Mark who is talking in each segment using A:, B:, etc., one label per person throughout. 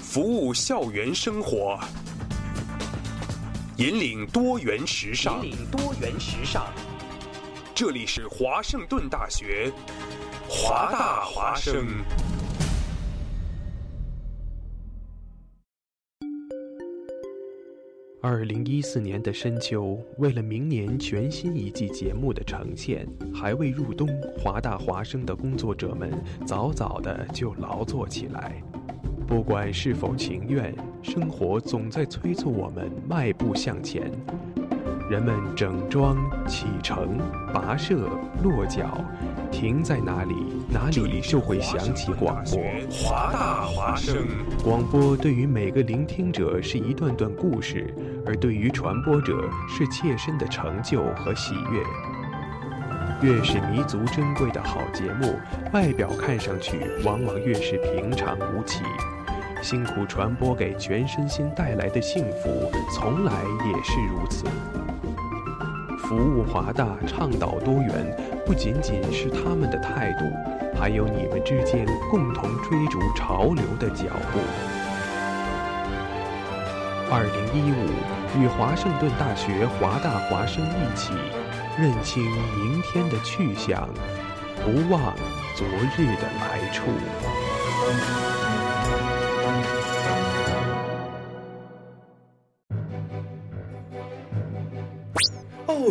A: 服务校园生活，引领多元时尚。
B: 引领多元时尚。
A: 这里是华盛顿大学，华大华生。
C: 二零一四年的深秋，为了明年全新一季节目的呈现，还未入冬，华大华生的工作者们早早的就劳作起来。不管是否情愿，生活总在催促我们迈步向前。人们整装启程、跋涉、落脚，停在哪里，哪里就会响起广播。
A: 华大华生，
C: 广播对于每个聆听者是一段段故事，而对于传播者是切身的成就和喜悦。越是弥足珍贵的好节目，外表看上去往往越是平常无奇。辛苦传播给全身心带来的幸福，从来也是如此。服务华大，倡导多元，不仅仅是他们的态度，还有你们之间共同追逐潮流的脚步。二零一五，与华盛顿大学华大华生一起，认清明天的去向，不忘昨日的来处。
D: 哦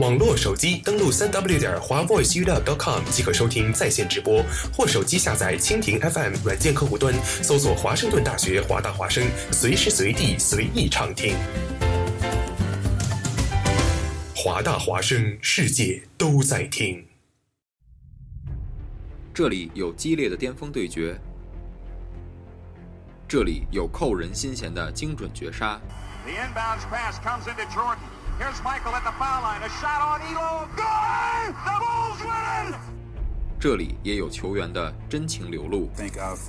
A: 网络手机登录三 w 点华 voiceup.com 即可收听在线直播，或手机下载蜻蜓 FM 软件客户端，搜索华盛顿大学华大华声，随时随地随意畅听。华大华声，世界都在听。
E: 这里有激烈的巅峰对决，这里有扣人心弦的精准绝杀。
F: The inbounds pass comes into Jordan. Here's Michael at the foul line. A shot on Elo. Good! The Bulls win!
E: 这里也有球员的真情流露。
G: think I've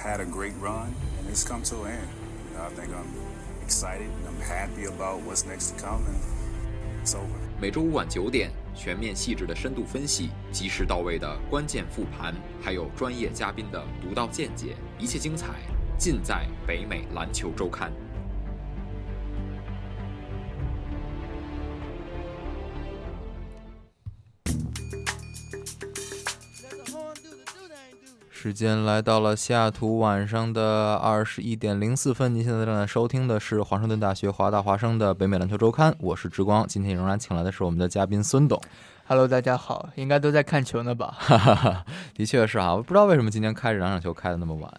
G: had a great run, and it's come to an end. You know, I think I'm excited and I'm happy about what's next to come, and it's over.
E: 每周五晚九点，全面细致的深度分析，及时到位的关键复盘，还有专业嘉宾的独到见解，一切精彩尽在北美篮球周刊。
H: 时间来到了西雅图晚上的二十一点零四分。您现在正在收听的是华盛顿大学华大华生的北美篮球周刊，我是之光。今天仍然请来的是我们的嘉宾孙董。
I: Hello，大家好，应该都在看球呢吧？
H: 哈哈哈，的确是啊，我不知道为什么今天开这两场球开的那么晚。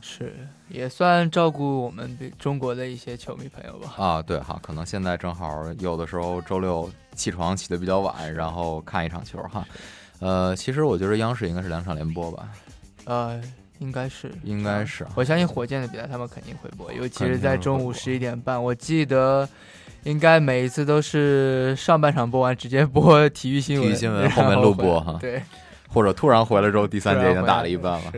I: 是，也算照顾我们中国的一些球迷朋友吧。
H: 啊，对哈，可能现在正好有的时候周六起床起的比较晚，然后看一场球哈。呃，其实我觉得央视应该是两场联播吧。
I: 呃，应该是，
H: 应该是、啊。
I: 我相信火箭的比赛他们肯定会播，尤其是在中午十一点半。我记得，应该每一次都是上半场播完直接播体育新闻，
H: 体育新闻后面录播哈。
I: 对，
H: 或者突然回来之后，第三节已经打了一半了。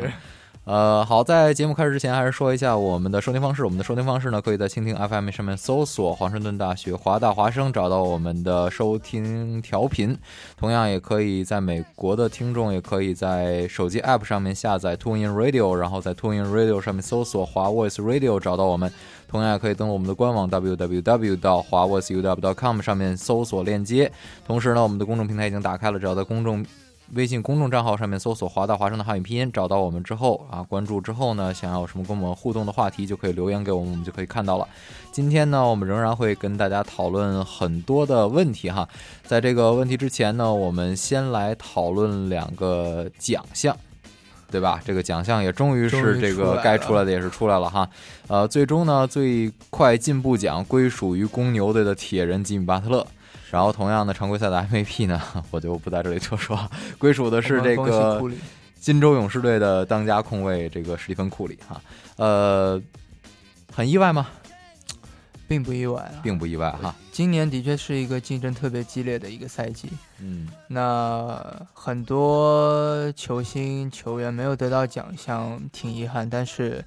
H: 呃，好，在节目开始之前，还是说一下我们的收听方式。我们的收听方式呢，可以在蜻蜓 FM 上面搜索“华盛顿大学华大华生”，找到我们的收听调频。同样，也可以在美国的听众，也可以在手机 App 上面下载 TuneIn Radio，然后在 TuneIn Radio 上面搜索“华 Voice Radio”，找到我们。同样也可以登录我们的官网 www 到华 voiceuw.com 上面搜索链接。同时呢，我们的公众平台已经打开了，只要在公众。微信公众账号上面搜索“华大华生”的汉语拼音，找到我们之后啊，关注之后呢，想要有什么跟我们互动的话题，就可以留言给我们，我们就可以看到了。今天呢，我们仍然会跟大家讨论很多的问题哈。在这个问题之前呢，我们先来讨论两个奖项。对吧？这个奖项也终于是这个该
I: 出
H: 来的也是出来了哈。呃，最终呢，最快进步奖归属于公牛队的铁人吉米巴特勒。然后，同样的常规赛的 MVP 呢，我就不在这里多说， 归属的是这个金州勇士队的当家控卫这个史蒂芬库里哈。呃，很意外吗？
I: 并不意外啊。
H: 并不意外哈。
I: 今年的确是一个竞争特别激烈的一个赛季，
H: 嗯
I: 那很多球星球员没有得到奖项，挺遗憾。但是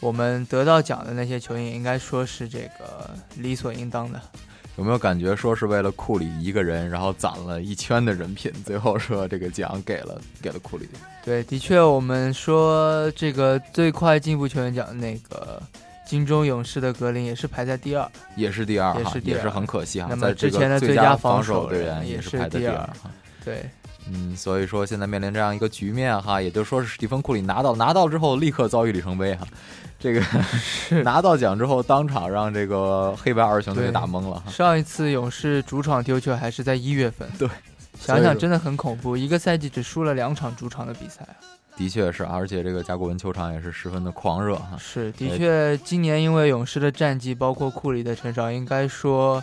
I: 我们得到奖的那些球员，应该说是这个理所应当的。
H: 有没有感觉说是为了库里一个人，然后攒了一圈的人品，最后说这个奖给了给了库里？
I: 对，的确，我们说这个最快进步球员奖，那个金州勇士的格林也是排在第二。
H: 也是第二哈，
I: 也是第二
H: 也是很可惜哈。
I: 那么
H: 在这
I: 之前
H: 个
I: 的
H: 最
I: 最佳
H: 防
I: 防
H: 守
I: 守
H: 队
I: 人
H: 员
I: 也
H: 是
I: 是
H: 排在
I: 第
H: 第
I: 二
H: 二哈。
I: 对，
H: 嗯，所以说现在面临这样一个局面哈，也就是说是史蒂芬库里拿到拿到之后立刻遭遇里程碑哈，这个 拿到奖之后当场让这个黑白二雄队给
I: 对
H: 打懵了哈。
I: 上一次勇士主场丢球还是在一月份。
H: 啊对，
I: 想想
H: 所以说
I: 真的很恐怖，一个赛季只输了两场主场的比赛。
H: 的确是，而且这个加古文球场也是十分的狂热哈。
I: 是，
H: 哎
I: 的确，今年因为勇士的战绩，包括库里的成长，应该说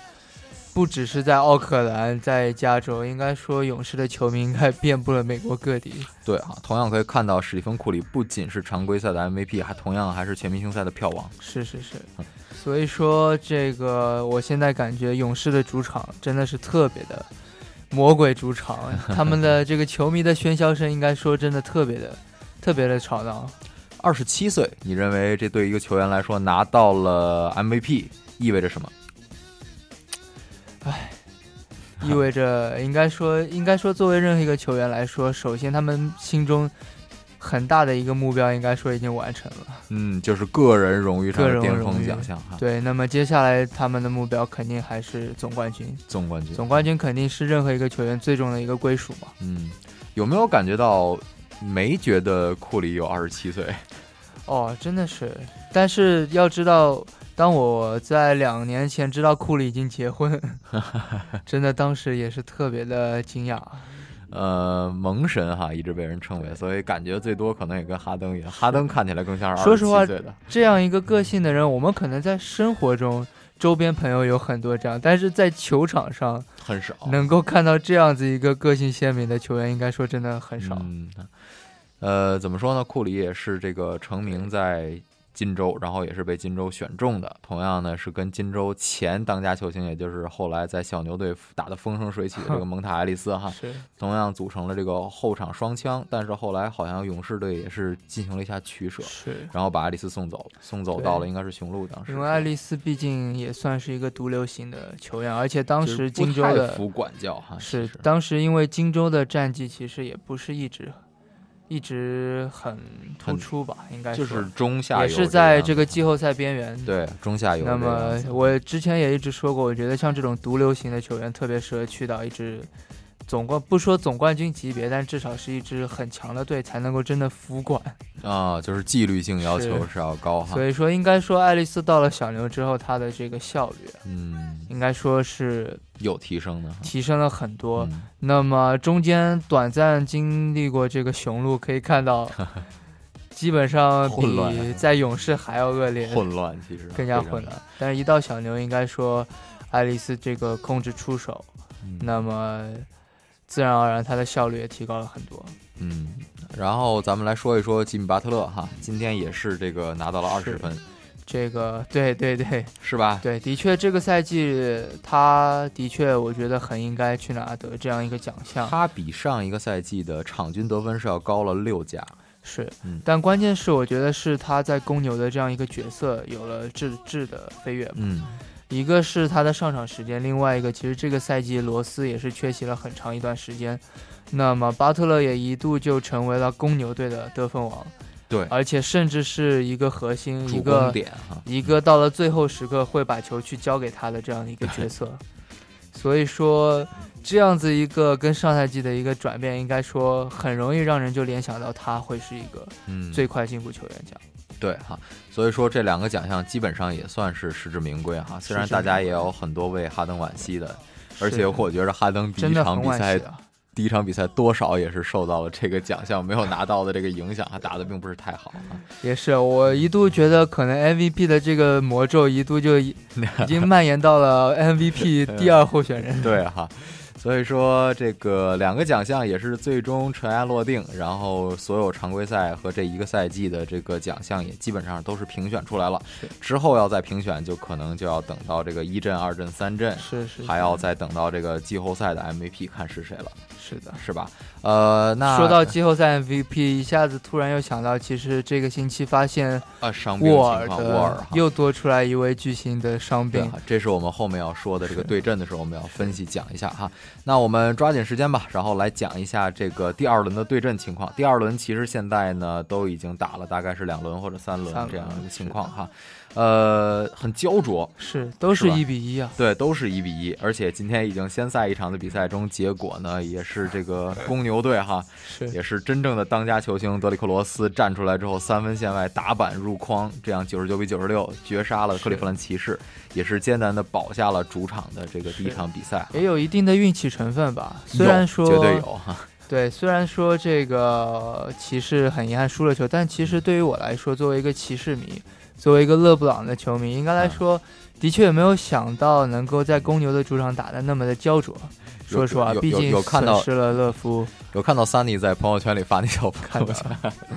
I: 不只是在奥克兰，在加州，应该说勇士的球迷应该遍布了美国各地。
H: 对啊，同样可以看到史蒂芬库里不仅是常规赛的 MVP，还同样还是全明星赛的票王。
I: 是是是，所以说这个，我现在感觉勇士的主场真的是特别的魔鬼主场，他们的这个球迷的喧嚣声，应该说真的特别的特别的吵闹。
H: 二十七岁，你认为这对一个球员来说拿到了 MVP 意味着什么？
I: 意味着应该说，应该说，作为任何一个球员来说，首先他们心中很大的一个目标，应该说已经完成了。
H: 嗯，就是个人荣誉上的巅峰奖项哈，
I: 对，那么接下来他们的目标肯定还是总冠军，
H: 总冠军，
I: 总冠军肯定是任何一个球员最终的一个归属嘛。
H: 嗯，有没有感觉到没觉得库里有二十七岁？
I: 哦，真的是，但是要知道。当我在两年前知道库里已经结婚，真的当时也是特别的惊讶。啊
H: 呃，萌神哈，一直被人称为，所以感觉最多可能也跟哈登一样，哈登看起来更像是二
I: 说
H: 十
I: 实
H: 七
I: 话
H: 岁的，
I: 这样一个个性的人，我们可能在生活中周边朋友有很多这样，但是在球场上
H: 很少，
I: 能够看到这样子一个个性鲜明的球员，应该说真的很少。
H: 嗯，呃，怎么说呢？库里也是这个成名在金州，然后也是被金州选中的。同样呢，是跟金州前当家球星，也就是后来在小牛队打得风生水起的这个蒙塔埃利斯哈，
I: 啊是
H: 同样组成了这个后场双枪。但是后来好像勇士队也是进行了一下取舍，
I: 是，
H: 然后把爱丽丝送走了，送走
I: 对
H: 到了应该是雄鹿当时是。
I: 因为爱丽丝毕竟也算是一个毒瘤型的球员，而且当
H: 就是
I: 时
H: 不
I: 荆州
H: 太
I: 的
H: 服啊管教哈，
I: 是
H: 其实
I: 当时因为荆州的战绩其实也不是一直一直很突
H: 很
I: 出吧，应该
H: 就
I: 说
H: 是中下游
I: 也是
H: 个
I: 在
H: 样
I: 这个
H: 子
I: 季后赛边缘
H: 对中下游这
I: 那
H: 个样
I: 么
H: 子。
I: 我之前也一直说过，我觉得像这种毒瘤型的球员特别适合去到一支总冠不说总冠军级别，但至少是一支很强的队才能够真的服管。
H: 啊，就是纪律性要求
I: 是
H: 是要高哈
I: 所。以说，应该说爱丽丝到了小牛之后，她的这个效率
H: 嗯，
I: 应该说是
H: 有提升的哈。
I: 提升了很多。
H: 嗯
I: 那么中间短暂经历过这个雄鹿，可以看 到，基本上
H: 混乱
I: 比在勇士还要恶劣，
H: 混乱，其实
I: 更加混乱。。但是，一到小牛，应该说爱丽丝这个控制出手。
H: 嗯
I: 那么自然而然它的效率也提高了很多。
H: 嗯，然后咱们来说一说吉米巴特勒哈，今天也是这个拿到了二十
I: 是
H: 分，
I: 这个对对对
H: 是吧？
I: 对，的确这个赛季他的确我觉得很应该去拿得这样一个奖项。
H: 他比上一个赛季的场均得分是要高了六加，
I: 是
H: 嗯，
I: 但关键是我觉得是他在公牛的这样一个角色有了质质的飞跃吧。
H: 嗯，
I: 一个是他的上场时间，另外一个其实这个赛季罗斯也是缺席了很长一段时间。那么巴特勒也一度就成为了公牛队的得分王，
H: 对
I: 而且甚至是一个核心，啊一
H: 主
I: 个
H: 攻点哈，
I: 一个到了最后时刻会把球去交给他的这样的一个角色。所以说，这样子一个跟上赛季的一个转变，应该说很容易让人就联想到他会是一个
H: 嗯，
I: 最快进步球员奖。
H: 对哈，所以说这两个奖项基本上也算是实至名归哈，虽然
I: 实至
H: 大
I: 名
H: 家
I: 归
H: 也有很多为哈登惋惜的，而
I: 是
H: 且我觉着哈登第
I: 真
H: 一
I: 的
H: 场
I: 很
H: 比
I: 惋
H: 赛
I: 惜啊！
H: 第一场比赛多少也是受到了这个奖项没有拿到的这个影响，还打得并不是太好啊。
I: 也是，我一度觉得可能 MVP 的这个魔 咒一度就已已经蔓延到了 MVP 第二候选人。
H: 对哈、所以说这个两个奖项也是最终尘埃落定，然后所有常规赛和这一个赛季的这个奖项也基本上都是评选出来了，之后要再评选就可能就要等到这个一阵、二阵、三阵，
I: 是是，
H: 还要再等到这个季后赛的 MVP 看是谁了，
I: 是的，
H: 是吧？呃，那
I: 说到季后赛 MVP，一下子突然又想到，其实这个星期发现
H: 啊伤病情
I: 沃尔
H: 况，沃尔
I: 的
H: 哈
I: 又多出来一位巨星的伤
H: 对
I: 病
H: 啊，，这是我们后面要说的这个对阵的时候，我们要分析讲一下哈。那我们抓紧时间吧，然后来讲一下这个第二轮的对阵情况。第二轮其实现在呢都已经打了大概是两轮或者三轮
I: 三轮
H: 这样一个情况哈，呃，很焦灼。
I: 是都
H: 是
I: 是
H: 吧
I: 一比一啊，
H: 对，都是一比一，而且今天已经先赛一场的比赛中，结果呢也是这个公牛队哈，
I: 是
H: 也是真正的当家球星德里克罗斯站出来之后，三分线外打板入筐，这样九十九比九十六绝杀了克利夫兰骑士，也是艰难的保下了主场的这个第一场比赛。
I: 也有一定的运气成分吧。
H: 有
I: 虽然说
H: 绝对有 哈，
I: 对，虽然说这个骑士很遗憾输了球，但其
H: 嗯
I: 实对于我来说，作为一个骑士迷，作为一个勒布朗的球迷，应该
H: 嗯
I: 来说，的确没有想到能够在公牛的主场打得那么的焦灼。
H: 有
I: 说实话
H: 有，有
I: 毕竟
H: 有看到
I: 损失了勒夫，
H: 有看到 Sunny 在朋友圈里发那条
I: 看
H: 朋友
I: 到
H: 圈，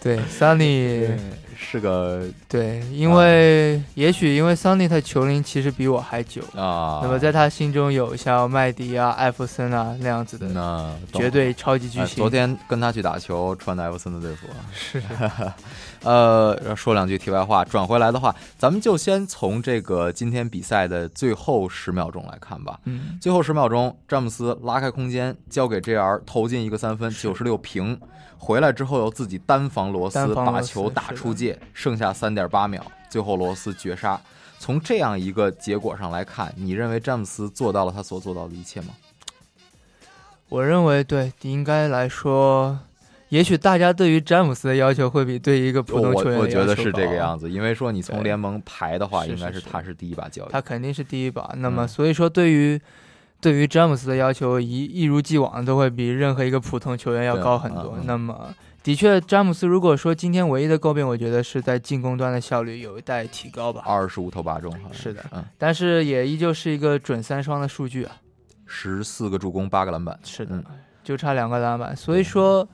I: 对 Sunny，
H: 是个
I: 对，因
H: 啊
I: 为、也许因为 Sunny 他球龄其实比我还久，
H: 啊，
I: 那么在他心中有像麦迪啊、艾弗森啊那样子的
H: 那懂
I: 绝对超级巨
H: 哎
I: 星。
H: 昨天跟他去打球，穿的艾弗森的队服啊。
I: 是
H: 呃，说两句题外话，转回来的话，咱们就先从这个今天比赛的最后十秒钟来看吧。
I: 嗯，
H: 最后十秒钟，詹姆斯拉开空间，交给 JR 投进一个三分，九十六平。回来之后由自己单防罗
I: 单
H: 斯
I: 防
H: 把
I: 罗斯
H: 球打
I: 是的
H: 出界，剩下三点八秒，最后罗斯绝杀。从这样一个结果上来看，你认为詹姆斯做到了他所做到的一切吗？
I: 我认为对，应该来说，也许大家对于詹姆斯的要求会比对于一个普
H: 我
I: 通球员
H: 我
I: 的
H: 觉
I: 要
H: 得
I: 求
H: 是这个
I: 高
H: 样子，因为说你从
I: 对
H: 联盟排的话，
I: 是
H: 应该
I: 是
H: 是
I: 是
H: 他是第一把交易。
I: 他肯定是第一把。那么
H: 嗯
I: 所以说，对于对于詹姆斯的要求一一如既往都会比任何一个普通球员要
H: 对
I: 高很
H: 嗯
I: 多。
H: 嗯
I: 那么的确，詹姆斯如果说今天唯一的诟病，我觉得是在进攻端的效率有待提高吧。
H: 二十五投八中，好像
I: 是的
H: 嗯，
I: 但是也依旧是一个准三双的数据啊，
H: 十四个助攻，八个篮板，
I: 是
H: 嗯
I: 就差两个篮板。所以说，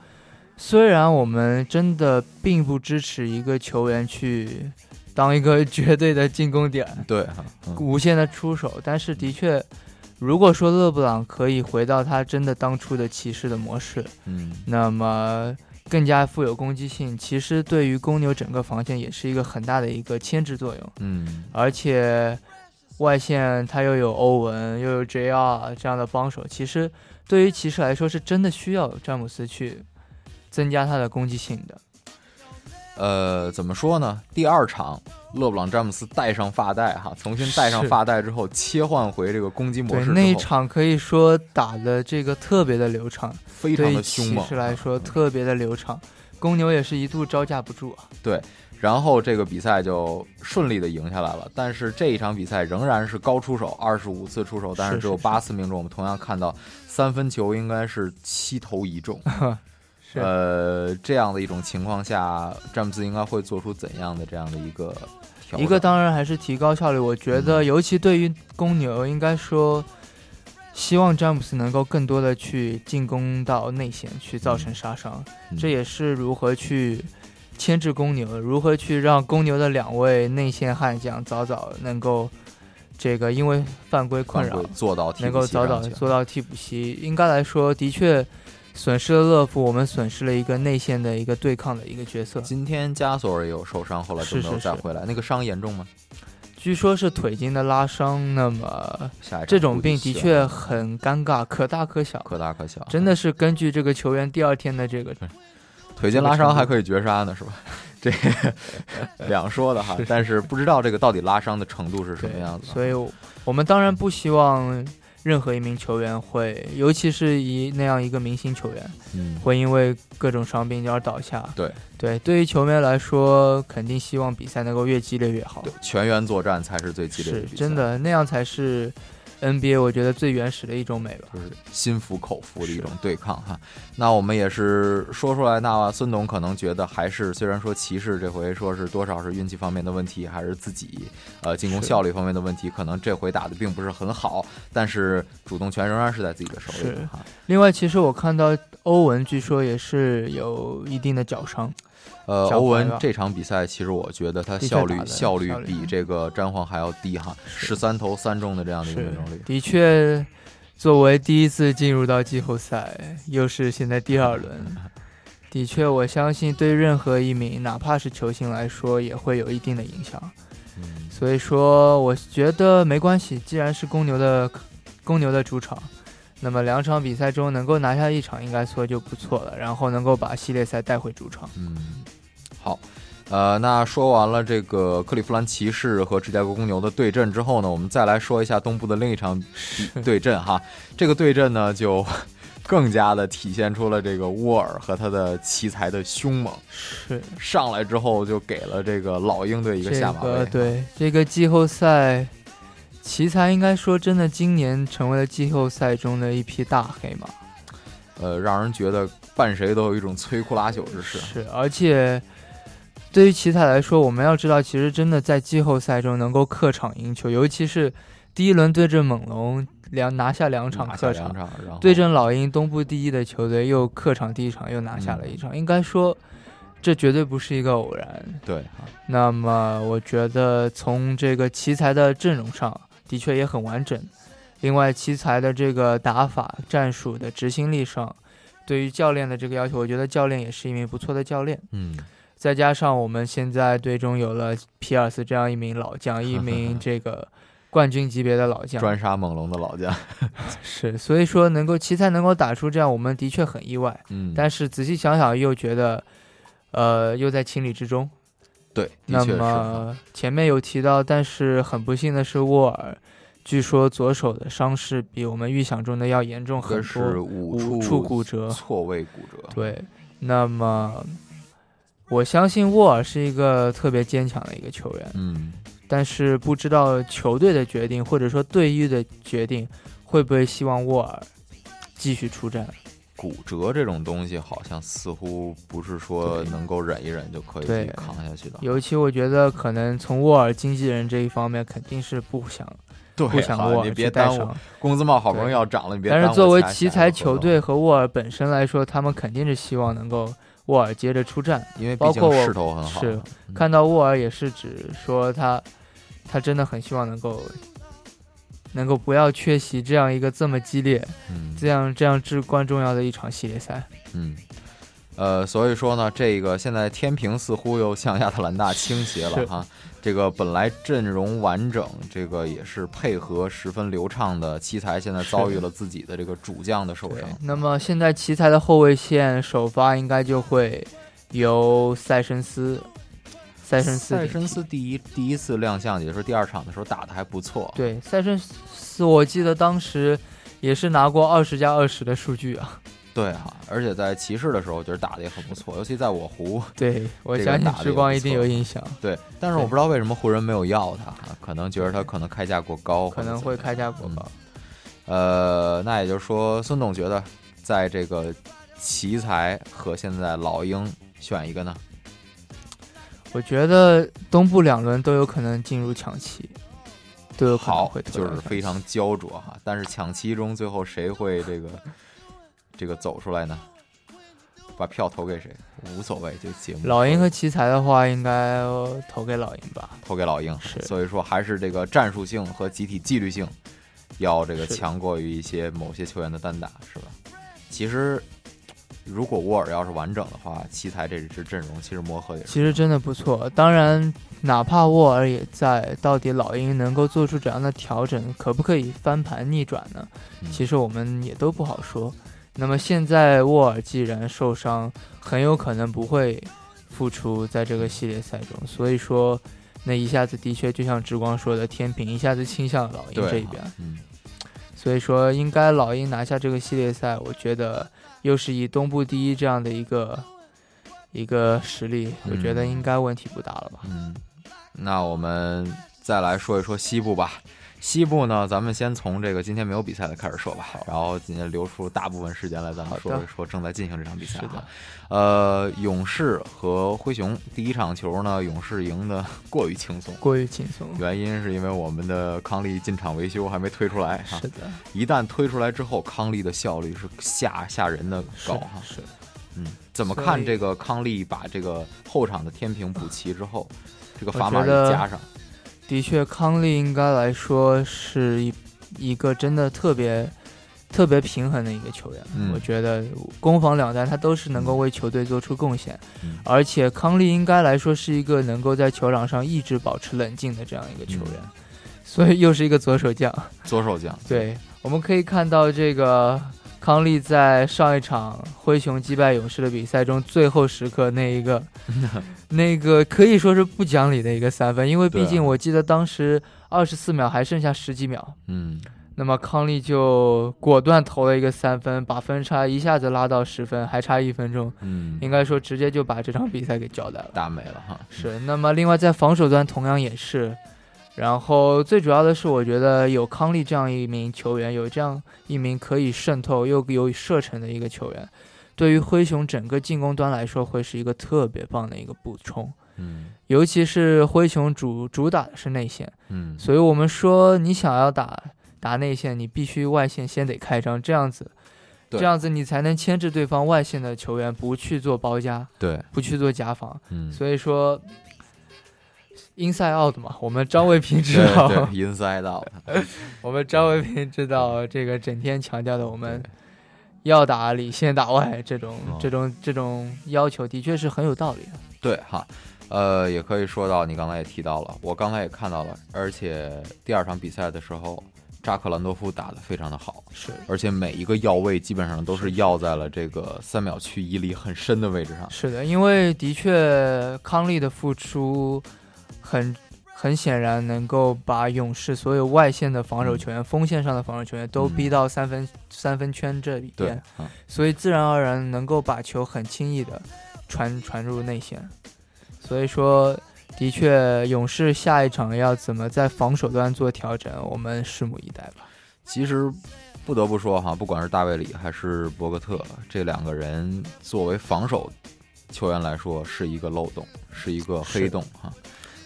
I: 虽然我们真的并不支持一个球员去当一个 绝对的进攻点，
H: 对哈，嗯
I: 无限的出手，但是的确，如果说勒布朗可以回到他真的当初的骑士的模式，
H: 嗯
I: 那么更加富有攻击性，其实对于公牛整个防线也是一个很大的一个牵制作用，
H: 嗯，
I: 而且外线他又有欧文又有 JR 这样的帮手，其实对于骑士来说是真的需要詹姆斯去增加他的攻击性的，
H: 呃，怎么说呢？第二场，勒布朗詹姆斯戴上发带哈，重新戴上
I: 是
H: 发带之后，切换回这个攻击模
I: 对
H: 式之后，
I: 那一场可以说打的这个特别的流畅。
H: 非常
I: 对
H: 的
I: 于
H: 凶猛
I: 骑士。来说
H: 嗯
I: 特别的流畅，公牛也是一度招架不住啊。
H: 然后这个比赛就顺利的赢下来了，但是这一场比赛仍然是高出手，二十五次出手，但是
I: 是
H: 只有
I: 是
H: 八次命中。我们同样看到三分球应该是七投一中，
I: 是
H: 呃，这样的一种情况下，詹姆斯应该会做出怎样的这样的一个调整？
I: 一个当然还是提高效率，我觉
H: 嗯
I: 得尤其对于公牛，应该说希望詹姆斯能够更多的去进攻到内线，去造成杀伤。
H: 嗯
I: 这也是如何去牵制公牛，如何去让公牛的两位内线悍将早早能够这个因为犯规困
H: 犯
I: 扰
H: 规做到替
I: 能
H: 补
I: 够
H: 席
I: 早
H: 上
I: 早
H: 去
I: 做到替补席，应该来说的确损失了乐福，我们损失了一个内线的一个对抗的一个角色，
H: 今天加索尔也有受伤，后来就是没有
I: 是
H: 再
I: 是
H: 回来。那个伤严重吗？
I: 据说是腿筋的拉伤，那么
H: 下一场
I: 这种
H: 估计
I: 病的
H: 是
I: 确很尴尬，可大可小，
H: 可大可小，
I: 真的是根据这个球员第二天的这个
H: 腿筋拉伤还可以绝杀呢， 是吧？这两说的哈，但是不知道这个到底拉伤的程度是什么
I: 对
H: 样子。啊
I: 所以我我们当然不希望任何一名球员会，尤其是以那样一个明星球员，
H: 嗯，
I: 会因为各种伤病而倒下。
H: 对
I: 对，对于球员来说，肯定希望比赛能够越激烈越好。
H: 全员作战才是最激烈的
I: 是
H: 比赛。
I: 真，的，那样才是 NBA 我觉得最原始的一种美吧。
H: 就是心服口服的一种对抗哈。那我们也是说出来，那孙董可能觉得还是虽然说骑士这回说是多少是运气方面的问题，还是自己呃进攻效率方面的问题，可能这回打的并不是很好，但是主动权仍然是在自己的手里
I: 是
H: 哈。
I: 另外，其实我看到欧文据说也是有一定的脚伤，
H: 呃，
I: 小
H: 欧
I: 怀
H: 文
I: 吧
H: 这场比赛其实我觉得他
I: 的确
H: 效
I: 打
H: 率
I: 得
H: 效率
I: 效率
H: 比这个詹皇还要低哈，十三投三中的这样的一啊个
I: 是
H: 命中率。
I: 的确，作为第一次进入到季后赛，又是现在第二轮，的确，我相信对任何一名哪怕是球星来说，也会有一定的影响。
H: 嗯，
I: 所以说，我觉得没关系，既然是公牛的公牛的主场，那么两场比赛中能够拿下一场，应该说就不错了，然后能够把系列赛带回主场。
H: 嗯，好，呃，那说完了这个克利夫兰骑士和芝加哥公牛的对阵之后呢，我们再来说一下东部的另一场比对阵哈。这个对阵呢，就 更加的体现出了这个沃尔和他的奇才的凶猛，
I: 是
H: 上来之后就给了这个老鹰队一个
I: 这
H: 下马威。
I: 个对这个季后赛，奇才应该说真的今年成为了季后赛中的一匹大黑马。
H: 呃，让人觉得办谁都有一种摧枯拉朽之势。
I: 是，而且对于奇才来说，我们要知道，其实真的在季后赛中能够客场赢球，尤其是第一轮对阵猛龙，两拿下两场
H: 拿下
I: 客
H: 两
I: 场，
H: 场，然后
I: 对阵老鹰东部第一的球队，又客场第一场又拿下了一场，应该说这绝对不是一个偶然。
H: 对啊
I: 那么我觉得从这个奇才的阵容上，的确也很完整。另外，奇才的这个打法、战术的执行力上，对于教练的这个要求，我觉得教练也是一名不错的教练。
H: 嗯，
I: 再加上我们现在队中有了皮尔斯这样一名老将，一名这个冠军级别的老将，
H: 专杀猛龙的老将，
I: 是，所以说能够奇才能够打出这样，我们的确很意外。
H: 嗯，
I: 但是仔细想想，又觉得，呃，又在情理之中。
H: 对，的
I: 那
H: 确是啊。
I: 么前面有提到，但是很不幸的是，沃尔据说左手的伤势比我们预想中的要严重很
H: 可是
I: 多，
H: 五处
I: 五处骨折。
H: 错位骨折，
I: 对，那么我相信沃尔是一个特别坚强的一个球员。
H: 嗯，
I: 但是不知道球队的决定或者说队医的决定会不会希望沃尔继续出战。
H: 骨折这种东西好像似乎不是说能够忍一忍就可以
I: 对
H: 去扛下去的，
I: 尤其我觉得可能从沃尔经纪人这一方面肯定是不想
H: 对
I: 不想
H: 啊
I: 沃
H: 你
I: 尔
H: 别
I: 去带
H: 耽误
I: 伤，，
H: 工资帽好不容易要涨了，你别
I: 但
H: 耽误
I: 是作为
H: 其他
I: 奇
H: 下一个合
I: 才球
H: 同，
I: 队和沃尔本身来说，他们肯定是希望能够沃尔接着出战。
H: 因为毕
I: 包括
H: 竟
I: 我
H: 势头很好，
I: 是
H: 嗯
I: 看到沃尔也是指说他，他真的很希望能够能够不要缺席这样一个这么激烈、
H: 嗯
I: 这样这样至关重要的一场系列赛。
H: 嗯，呃，所以说呢，这个现在天平似乎又向亚特兰大倾斜了
I: 是
H: 哈。这个本来阵容完整，这个也是配合十分流畅的奇才，现在遭遇了自己的这个主将的受
I: 对
H: 伤。，
I: 那么现在奇才的后卫线首发应该就会由塞申斯，塞申斯顶
H: 塞
I: 替，
H: 申斯第一第一次亮相，也就是第二场的时候打的还不错。，
I: 对塞申斯，我记得当时也是拿过二十加二十的数据啊。
H: 对哈、而且在骑士的时候，我觉得打的也很不错，尤其在我湖。
I: 对，我
H: 这个
I: 相信
H: 打得
I: 之
H: 也
I: 光
H: 不
I: 一定
H: 错
I: 有印象，
H: 对，但是我
I: 对
H: 不知道为什么湖人没有要他哈，可能觉得他可能开价过高，
I: 可能会开价过
H: 嗯
I: 高。
H: 呃，那也就是说，孙总觉得在这个奇才和现在老鹰选一个呢？
I: 我觉得东部两轮都有可能进入抢七，都有可能
H: 好
I: 会，得
H: 就
I: 到
H: 是
I: 抢
H: 非
I: 七
H: 常焦灼哈。但是抢七中最后谁会这个这个走出来呢？把票投给谁无所谓，就节目
I: 老鹰和奇才的话，应该投给老鹰吧。
H: 投给老鹰，
I: 是
H: 所以说还是这个战术性和集体纪律性要这个
I: 是
H: 强过于一些某些球员的单打，是吧？其实如果沃尔要是完整的话，奇才这支阵容其实磨合也是
I: 其实真的不错。当然，哪怕沃尔也在，到底老鹰能够做出怎样的调整，可不可以翻盘逆转呢？
H: 嗯
I: 其实我们也都不好说。那么现在沃尔既然受伤，很有可能不会复出在这个系列赛中，所以说。那一下子的确就像直光说的，天平一下子倾向老鹰
H: 对
I: 这一
H: 哈
I: 边，
H: 嗯。
I: 所以说应该老鹰拿下这个系列赛，我觉得又是以东部第一这样的一个一个实力，我觉得
H: 嗯
I: 应该问题不大了吧？
H: 嗯，那我们再来说一说西部吧。西部呢，咱们先从这个今天没有比赛的开始说吧，然后今天留出大部分时间来，咱们说
I: 好的
H: 说正在进行这场比赛
I: 是
H: 哈
I: 的。
H: 呃，勇士和灰熊第一场球呢，勇士赢得过于轻 松，
I: 过于轻松。
H: 原因是因为我们的康利进场维修还没推出来哈
I: 是，的，
H: 一旦推出来之后，康利的效率是吓吓人的
I: 是
H: 高哈。
I: 是。
H: 嗯，怎么
I: 所
H: 看
I: 以
H: 这个康利把这个后场的天平补齐之后，这个
I: 我
H: 砝码一
I: 觉得
H: 加上，
I: 的确，康利应该来说是一一个真的特别特别平衡的一个球员。
H: 嗯
I: 我觉得攻防两端他都是能够为球队做出贡献，
H: 嗯
I: 而且康利应该来说是一个能够在球场上一直保持冷静的这样一个球员，
H: 嗯
I: 所以又是一个左手将。
H: 左手将，
I: 对，我们可以看到这个康利在上一场灰熊击败勇士的比赛中，最后时刻那 一个，那个可以说是不讲理的一个三分，因为
H: 对
I: 毕
H: 啊
I: 竟我记得当时二十四秒还剩下十几秒，
H: 嗯，
I: 那么康利就果断投了一个三分，把分差一下子拉到十分，还差一分钟，
H: 嗯，
I: 应该说直接就把这场比赛给交代了。
H: 大美了哈。
I: 是，那么另外在防守端同样也是，然后最主要的是，我觉得有康利这样一名球员，有这样一名可以渗透又有射程的一个球员，对于灰熊整个进攻端来说，会是一个特别棒的一个补充。
H: 嗯
I: 尤其是灰熊主主打的是内线，
H: 嗯，
I: 所以我们说你想要打打内线，你必须外线先得开张，这样子，
H: 对
I: 这样子你才能牵制对方外线的球员不去做包夹，
H: 对，
I: 不去做夹防。
H: 嗯，
I: 所以说，inside out 嘛，我们张卫平知
H: 对对
I: 道，
H: inside out，
I: 我们张卫平知道这个整天强调的我们
H: 对
I: 要打里先打外这种
H: 哦
I: 这种这种要求，的确是很有道理的。
H: 对哈，呃，也可以说到你刚才也提到了，我刚才也看到了，而且第二场比赛的时候，扎克兰多夫打得非常的好，
I: 是
H: 而且每一个要位基本上都是要在了这个三秒区以里很深的位置上。
I: 是的，因为的确康利的付出很。很显然，能够把勇士所有外线的防守球员、锋线上的防守球员都逼
H: 嗯
I: 到三分、三分圈这里
H: 对
I: 边，，
H: 嗯
I: 所以自然而然能够把球很轻易的传传入内线。所以说，的确，勇士下一场要怎么在防守端做调整，我们拭目以待吧。
H: 其实不得不说哈，不管是大卫里还是博格特这两个人，作为防守球员来说，是一个漏洞，是一个黑洞哈。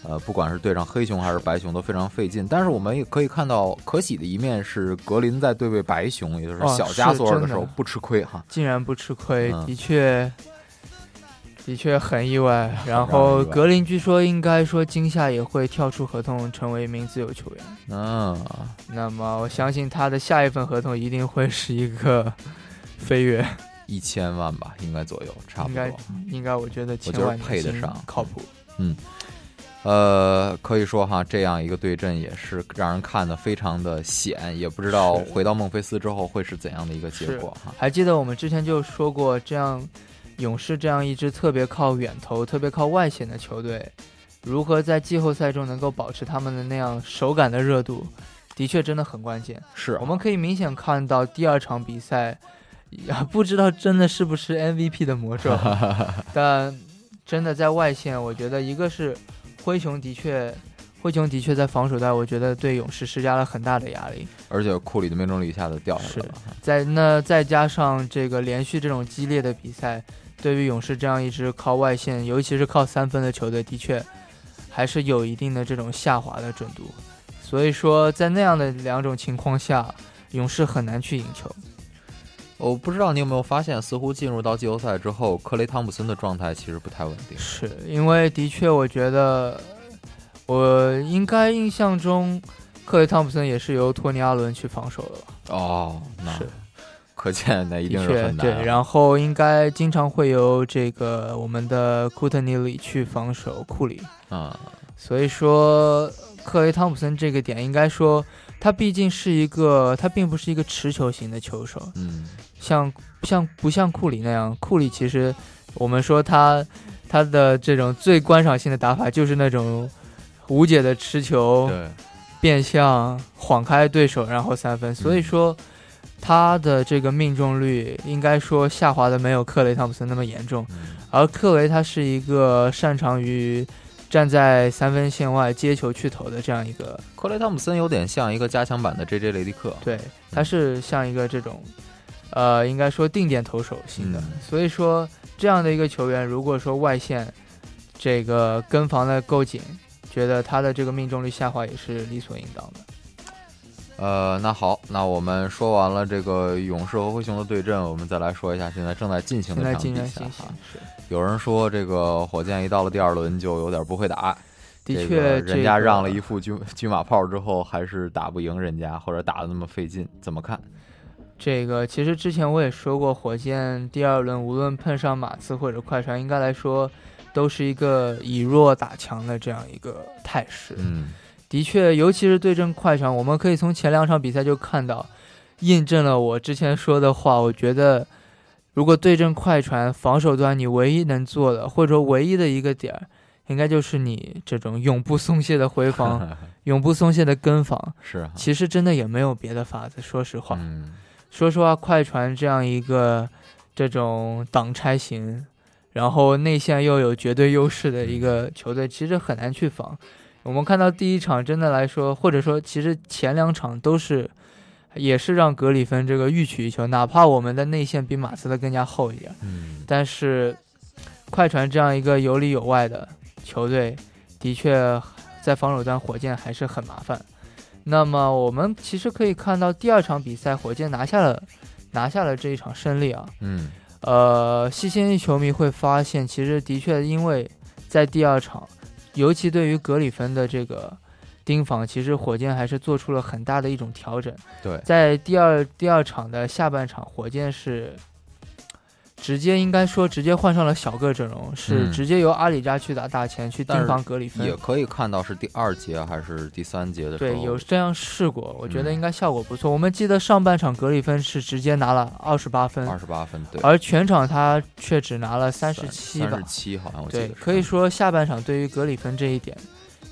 H: 呃，不管是对上黑熊还是白熊都非常费劲，但是我们也可以看到可喜的一面是格林在对位白熊，也就是
I: 哦
H: 小加索尔的
I: 是
H: 时候
I: 真的
H: 不吃亏哈。
I: 竟然不吃亏，
H: 嗯
I: 的确，的确很意外。然
H: 让人
I: 后
H: 意外
I: 格林据说应该说今夏也会跳出合同，成为一名自由球员。
H: 嗯，
I: 那么我相信他的下一份合同一定会是一个 飞跃，
H: 一千万吧，应该左右，差不
I: 应
H: 多
I: 该。应该我觉得
H: 觉
I: 千
H: 得
I: 万
H: 配得
I: 年薪
H: 上
I: 靠谱。
H: 呃，可以说哈，这样一个对阵也是让人看得非常的险，也不知道
I: 是
H: 回到孟菲斯之后会是怎样的一个结果哈。
I: 还记得我们之前就说过，这样勇士这样一支特别靠远投、特别靠外线的球队，如何在季后赛中能够保持他们的那样手感的热度，的确真的很关键。
H: 是
I: 我们可以明显看到第二场比赛，呀不知道真的是不是 MVP 的魔咒，但真的在外线，我觉得一个是灰熊的确。灰熊的确在防守端，我觉得对勇士施加了很大的压力。
H: 而且库里的命中率一下子掉下来了哈。
I: 在那再加上这个连续这种激烈的比赛，对于勇士这样一支靠外线，尤其是靠三分的球队，的确还是有一定的这种下滑的准度。所以说，在那样的两种情况下，勇士很难去赢球。
H: 我不知道你有没有发现，似乎进入到季后赛之后，克雷汤普森的状态其实不太稳定。
I: 是因为的确，我觉得我应该印象中，克雷汤普森也是由托尼阿伦去防守的吧？
H: 哦，那
I: 是
H: 可见那一定
I: 的
H: 是
I: 确，
H: 很难啊。
I: 对，然后应该经常会由这个我们的库特尼里去防守库里。
H: 嗯，
I: 所以说，克雷汤普森这个点，应该说他毕竟是一个，他并不是一个持球型的球手，
H: 嗯，
I: 像像不像库里那样，库里其实我们说他他的这种最观赏性的打法就是那种无解的持球、
H: 对，
I: 变向、晃开对手，然后三分。
H: 嗯
I: 所以说。他的这个命中率应该说下滑的没有克雷汤普森那么严重，
H: 嗯
I: 而克雷他是一个擅长于站在三分线外接球去投的这样一个，
H: 克雷汤普森有点像一个加强版的 J.J. 雷迪克，
I: 对，他是像一个这种，呃，应该说定点投手型的。
H: 嗯
I: 所以说这样的一个球员，如果说外线这个跟防的够紧，觉得他的这个命中率下滑也是理所应当的。
H: 呃，那好，那我们说完了这个勇士和灰熊的对阵，我们再来说一下现在正在进行的
I: 现在
H: 这场
I: 进
H: 比
I: 行
H: 赛
I: 信息
H: 哈。
I: 是，
H: 有人说这个火箭一到了第二轮就有点不会打，
I: 的
H: 这
I: 确
H: 个，
I: 这
H: 人家
I: 个
H: 让了一副军军马炮之后，还是打不赢人家，或者打的那么费劲，怎么看？
I: 这个其实之前我也说过，火箭第二轮无论碰上马刺或者快船，应该来说都是一个以弱打强的这样一个态势。
H: 嗯，，
I: 的确，尤其是对阵快船，我们可以从前两场比赛就看到，印证了我之前说的话。我觉得，如果对阵快船，防守端你唯一能做的，或者说唯一的一个点儿，应该就是你这种永不松懈的回防 永不松懈的跟防。
H: 是哈，啊
I: 其实真的也没有别的法子，说实话。
H: 嗯，
I: 说实话，快船这样一个这种挡拆型，然后内线又有绝对优势的一个球队，其实很难去防。我们看到第一场真的来说，或者说其实前两场都是，也是让格里芬这个欲取一球，哪怕我们的内线比马刺的更加厚一点，
H: 嗯，
I: 但是快船这样一个有里有外的球队，的确在防守端火箭还是很麻烦。那么我们其实可以看到，第二场比赛火箭拿下了拿下了这一场胜利啊。
H: 嗯，
I: 呃，细心球迷会发现，其实的确因为在第二场，尤其对于格里芬的这个盯防，其实火箭还是做出了很大的一种调整。
H: 对，
I: 在第二第二场的下半场，火箭是直接应该说直接换上了小个阵容，是
H: 嗯
I: 直接由阿里扎去打大前去
H: 但
I: 盯
H: 是
I: 防格里芬
H: 也。可以看到是第二节还是第三节的时候，
I: 嗯对，有这样试过，我觉得
H: 嗯
I: 应该效果不错。我们记得上半场格里芬是直接拿了二十八分，
H: 二十八分，对，
I: 而全场他却只拿了三十七
H: 三
I: 吧
H: 十。七好像我记
I: 对
H: 得，是
I: 可以说下半场对于格里芬这一点，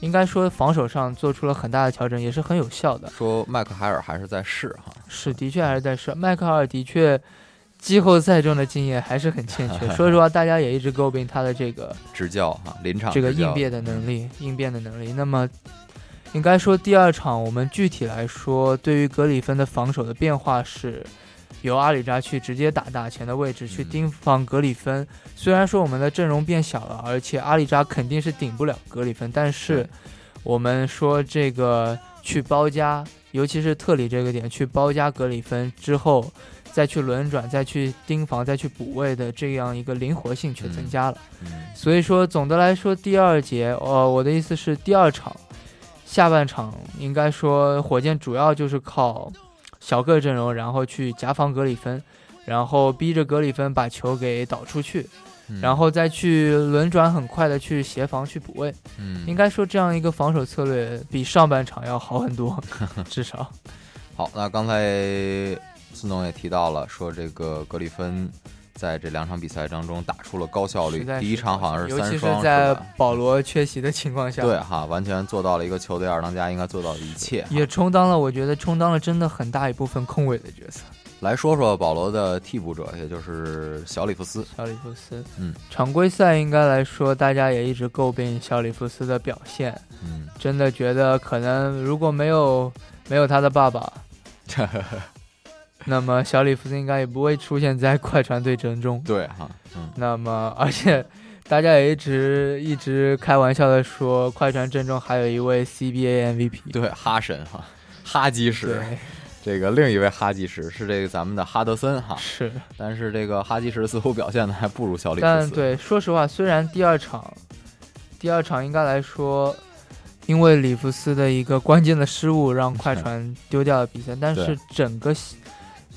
I: 应该说防守上做出了很大的调整，也是很有效的。
H: 啊说麦克海尔还是在试哈，
I: 是，的确还是在说，迈克尔的确季后赛中的经验还是很欠缺。说实话，大家也一直诟病他的这个
H: 执教哈，临场
I: 这个
H: 执教
I: 应变的能力，应变的能力。那么，应该说第二场我们具体来说，对于格里芬的防守的变化是。由阿里扎去直接打大前的位置去
H: 嗯
I: 盯防格里芬，虽然说我们的阵容变小了，而且阿里扎肯定是顶不了格里芬，但是
H: 对
I: 我们说这个去包夹，尤其是特里这个点去包夹格里芬之后，再去轮转，再去盯防，再去补位的这样一个灵活性却增加了。
H: 嗯
I: 所以说，总的来说，第二节，呃，我的意思是，第二场下半场应该说，火箭主要就是靠小个阵容，然后去夹防格里芬，然后逼着格里芬把球给导出去，
H: 嗯
I: 然后再去轮转很快的去协防去补位。
H: 嗯
I: 应该说，这样一个防守策略比上半场要好 很多，至少
H: 好，那刚才孙总也提到了，说这个格里芬在这两场比赛当中打出了高效率
I: 实在，是
H: 第一场好像
I: 尤
H: 三
I: 其
H: 双，
I: 是在
H: 吧
I: 保罗缺席的情况下，
H: 对哈，完全做到了一个球队二当家应该做到的一切。
I: 也充当了，我觉得充当了真的很大一部分控卫的角色。
H: 来说说保罗的替补者，也就是小里弗斯，
I: 小里弗斯，
H: 嗯，
I: 常规赛应该来说，大家也一直诟病小里弗斯的表现，
H: 嗯，
I: 真的觉得可能如果没有没有他的 爸爸，那么小里弗斯应该也不会出现在快船队阵中。
H: 对哈，嗯，
I: 那么，而且大家也一直一直开玩笑的说，快船阵中还有一位 CBA MVP，
H: 对哈神哈，哈基什，
I: 对，
H: 这个另一位哈基什是这个咱们的哈德森哈，
I: 是。
H: 但是这个哈基什似乎表现的还不如小里弗
I: 但
H: 斯，
I: 对，说实话，虽然第二场，第二场应该来说，因为里弗斯的一个关键的失误，让快船丢掉了比赛，但是整个西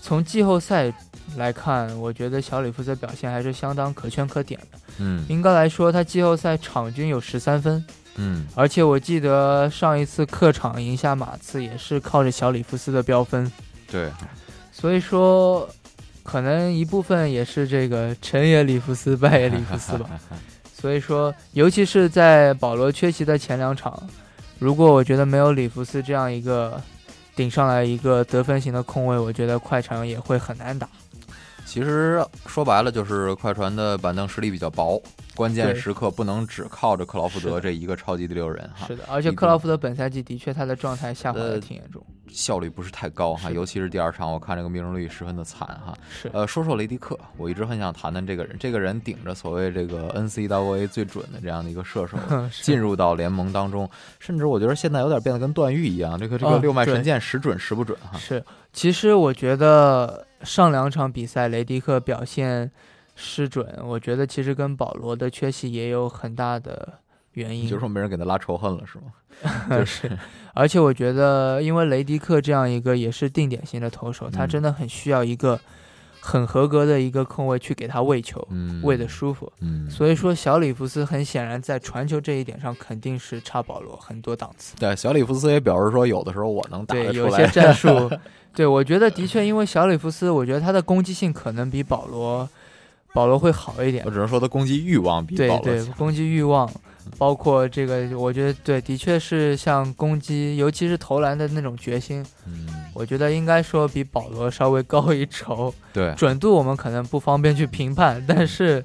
I: 从季后赛来看，我觉得小里弗斯的表现还是相当可圈可点的。
H: 嗯
I: 应该来说，他季后赛场均有十三分，
H: 嗯，
I: 而且我记得上一次客场赢下马刺也是靠着小里弗斯的飙分，
H: 对，
I: 所以说。可能一部分也是这个成也里弗斯，败也里弗斯 吧。所以说，尤其是在保罗缺席的前两场，如果我觉得没有里弗斯这样一个顶上来一个得分型的控卫，我觉得快船也会很难打。
H: 其实说白了就是快船的板凳实力比较薄，关键
I: 对
H: 时刻不能只靠着克劳福
I: 是
H: 德
I: 的
H: 这一个超级第六人哈
I: 是，的，而且
H: 一
I: 克劳
H: 定
I: 福德本赛季的确他的状态下滑
H: 呃
I: 的挺严重，
H: 效率不是太高哈，
I: 是的
H: 尤其是第二场，我看这个命中率十分的惨哈。
I: 是
H: 呃，说说雷迪克，我一直很想谈谈这个人，这个人顶着所谓这个 NCAA 最准的这样的一个射手
I: 是
H: 进入到联盟当中，甚至我觉得现在有点变得跟段誉一样，这个这个
I: 哦
H: 六脉
I: 对
H: 神剑时准时不准哈。
I: 是，其实我觉得上两场比赛雷迪克表现失准，我觉得其实跟保罗的缺席也有很大的原因。
H: 就是说没人给他拉仇恨了是吗？
I: 是，而且我觉得，因为雷迪克这样一个也是定点型的投手，他
H: 嗯
I: 真的很需要一个很合格的一个控卫去给他喂球，
H: 嗯，
I: 喂的舒服。
H: 嗯，
I: 所以说，小里弗斯很显然在传球这一点上肯定是差保罗很多档次。
H: 对，小里弗斯也表示说，有的时候我能打
I: 对，
H: 得出
I: 有些
H: 来。
I: 战术，对我觉得的确，因为小里弗斯，我觉得他的攻击性可能比保罗保罗会好一点
H: 我。只能说他攻击欲望比
I: 对
H: 保罗
I: 对，
H: 强。
I: 攻击欲望，包括这个，我觉得对，的确是像攻击，尤其是投篮的那种决心，
H: 嗯，
I: 我觉得应该说比保罗稍微高一筹。
H: 对，
I: 准度我们可能不方便去评判，但 是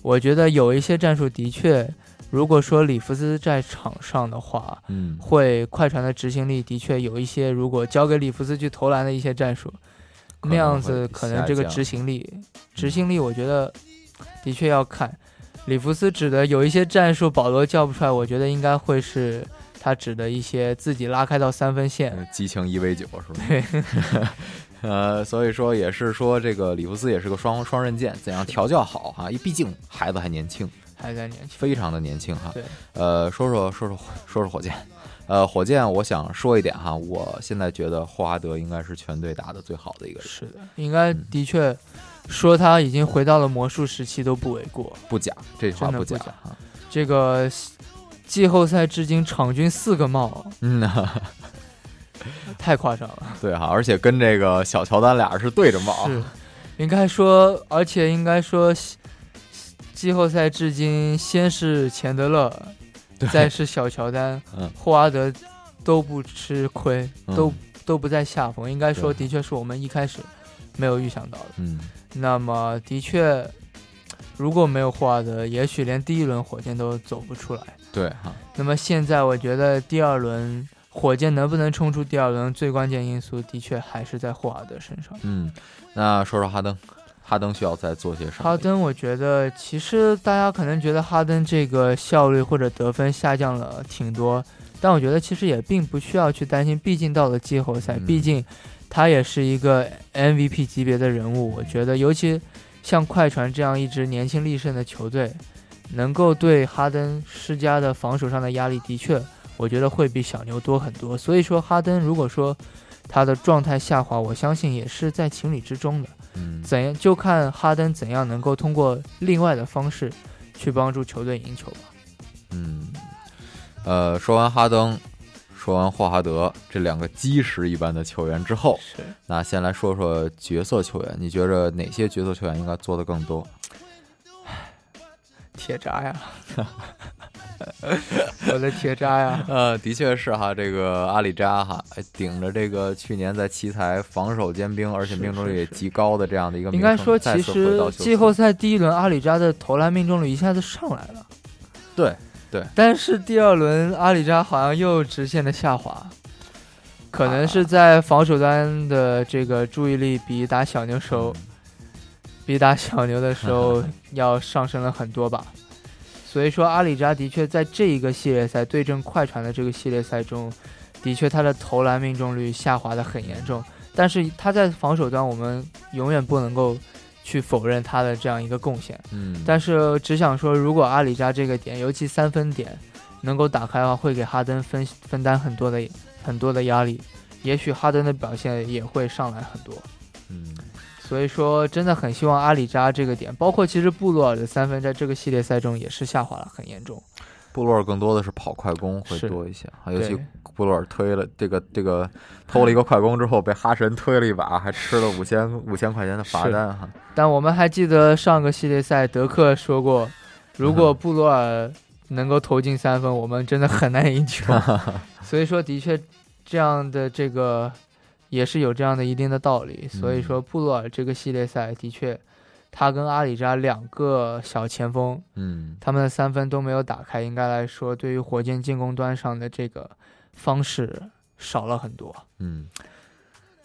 I: 我觉得有一些战术的确，如果说里弗斯在场上的话，
H: 嗯，
I: 会快船的执行力的确有一些，如果交给里弗斯去投篮的一些战术，
H: 可
I: 那
H: 能
I: 样
H: 会
I: 子可
H: 下
I: 能这个
H: 降嗯
I: 执行力，执行力我觉得的确要看。里弗斯指的有一些战术，保罗叫不出来，我觉得应该会是他指的一些自己拉开到三分线。
H: 呃激情一 v 九是吧？对， 呃，所以说也是说这个里弗斯也是个双双刃剑，怎样调教好哈？因为毕竟孩子还年轻，
I: 还在年轻。
H: 非常的年轻哈。
I: 对，
H: 呃，说说说说说说火箭，呃，火箭我想说一点哈，我现在觉得霍华德应该是全队打的最好的一个人，
I: 是的，应该的确说他已经回到了魔术时期都不为过。
H: 不假，这句话
I: 真的
H: 假
I: 不假
H: 哈。
I: 这个季后赛至今场均四个帽，
H: 嗯 呐、
I: 太夸张了。
H: 对哈，而且跟这个小乔丹俩是对着帽，
I: 是，应该说，而且应该说，西季后赛至今先是钱德勒，
H: 对
I: 再是小乔丹、
H: 嗯
I: 霍华德都不吃亏，
H: 嗯
I: 都都不在下风。应该说，
H: 对
I: 的确是我们一开始没有预想到的。
H: 嗯，
I: 那么的确，如果没有霍华德，也许连第一轮火箭都走不出来。
H: 对哈，
I: 那么现在，我觉得第二轮火箭能不能冲出第二轮，最关键因素的确还是在霍华德身上。
H: 嗯，那说说哈登，哈登需要再做些什么？
I: 哈登，我觉得其实大家可能觉得哈登这个效率或者得分下降了挺多，但我觉得其实也并不需要去担心，毕竟到了季后赛，
H: 嗯
I: 毕竟他也是一个 MVP 级别的人物。我觉得，尤其像快船这样一支年轻力盛的球队，能够对哈登施加的防守上的压力，的确，我觉得会比小牛多很多。所以说，哈登如果说他的状态下滑，我相信也是在情理之中的。
H: 嗯，
I: 怎样就看哈登怎样能够通过另外的方式去帮助球队赢球吧。
H: 嗯，呃，说完哈登，说完霍华德这两个基石一般的球员之后，
I: 是，
H: 那先来说说角色球员，你觉着哪些角色球员应该做的更多？
I: 铁渣 呀，我的铁渣呀，
H: 呃，的确是哈，这个阿里扎哈哎顶着这个去年在奇才防守尖兵，而且
I: 是
H: 命中率
I: 是
H: 也
I: 是
H: 极高的这样的一个
I: 应
H: 名声，
I: 该说
H: 再
I: 其
H: 次回
I: 实
H: 到休
I: 季
H: 斯
I: 后
H: 顿
I: 赛第一轮阿里扎的投篮命中率一下子上来了，
H: 对
I: 但是第二轮阿里扎好像又直线的下滑。可能是在防守端的这个注意力比打小牛时候，比打小牛的时候要上升了很多吧。所以说，阿里扎的确在这一个系列赛对阵快船的这个系列赛中，的确他的投篮命中率下滑的很严重。但是他在防守端，我们永远不能够去否认他的这样一个贡献。
H: 嗯，
I: 但是只想说，如果阿里扎这个点，尤其三分点能够打开的话，会给哈登分分担很多的很多的压力，也许哈登的表现也会上来很多。
H: 嗯
I: 所以说，真的很希望阿里扎这个点，包括其实布鲁尔的三分在这个系列赛中也是下滑了很严重。
H: 布洛尔更多的是跑快攻会
I: 是
H: 多一些，啊尤其
I: 对
H: 布洛尔推了这个这个偷了一个快攻之后，被哈神推了一把，还吃了五千五千块钱的罚
I: 是
H: 单哈。
I: 但我们还记得上个系列赛德克说过，如
H: 嗯
I: 果布鲁尔能够投进三分，我们真的很难 赢球。所以说，的确这样的
H: 嗯
I: 这个也是有这样的一定的道理。所以说，布鲁尔这个系列赛的确他跟阿里扎两个小前锋，
H: 嗯
I: 他们的三分都没有打开，应该来说，对于火箭进攻端上的这个方式少了很多。
H: 嗯，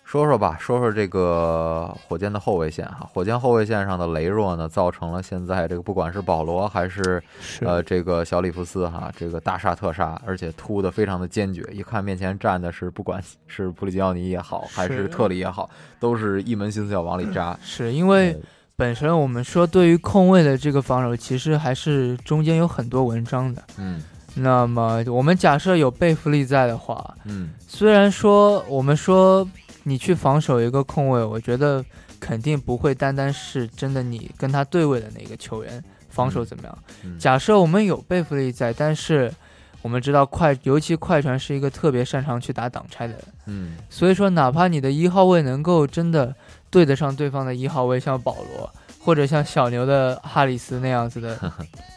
H: 说说吧，说说这个火箭的后卫线哈，火箭后卫线上的羸弱呢，造成了现在这个不管是保罗还是
I: 是
H: 呃，这个小里弗斯哈，这个大杀特杀，而且突的非常的坚决。一看面前站的是不管是布里吉奥尼也好，还是
I: 是
H: 特里也好，都是一门心思要往里扎。
I: 是因为
H: 呃
I: 本身我们说对于控卫的这个防守，其实还是中间有很多文章的。
H: 嗯
I: 那么我们假设有贝弗利在的话，
H: 嗯
I: 虽然说我们说你去防守一个控卫，我觉得肯定不会单单是真的你跟他对位的那个球员防守怎么样。
H: 嗯，
I: 假设我们有贝弗利在，但是我们知道快，尤其快船是一个特别擅长去打挡拆的人，
H: 嗯
I: 所以说哪怕你的一号位能够真的对得上对方的一号位，像保罗或者像小牛的哈里斯那样子的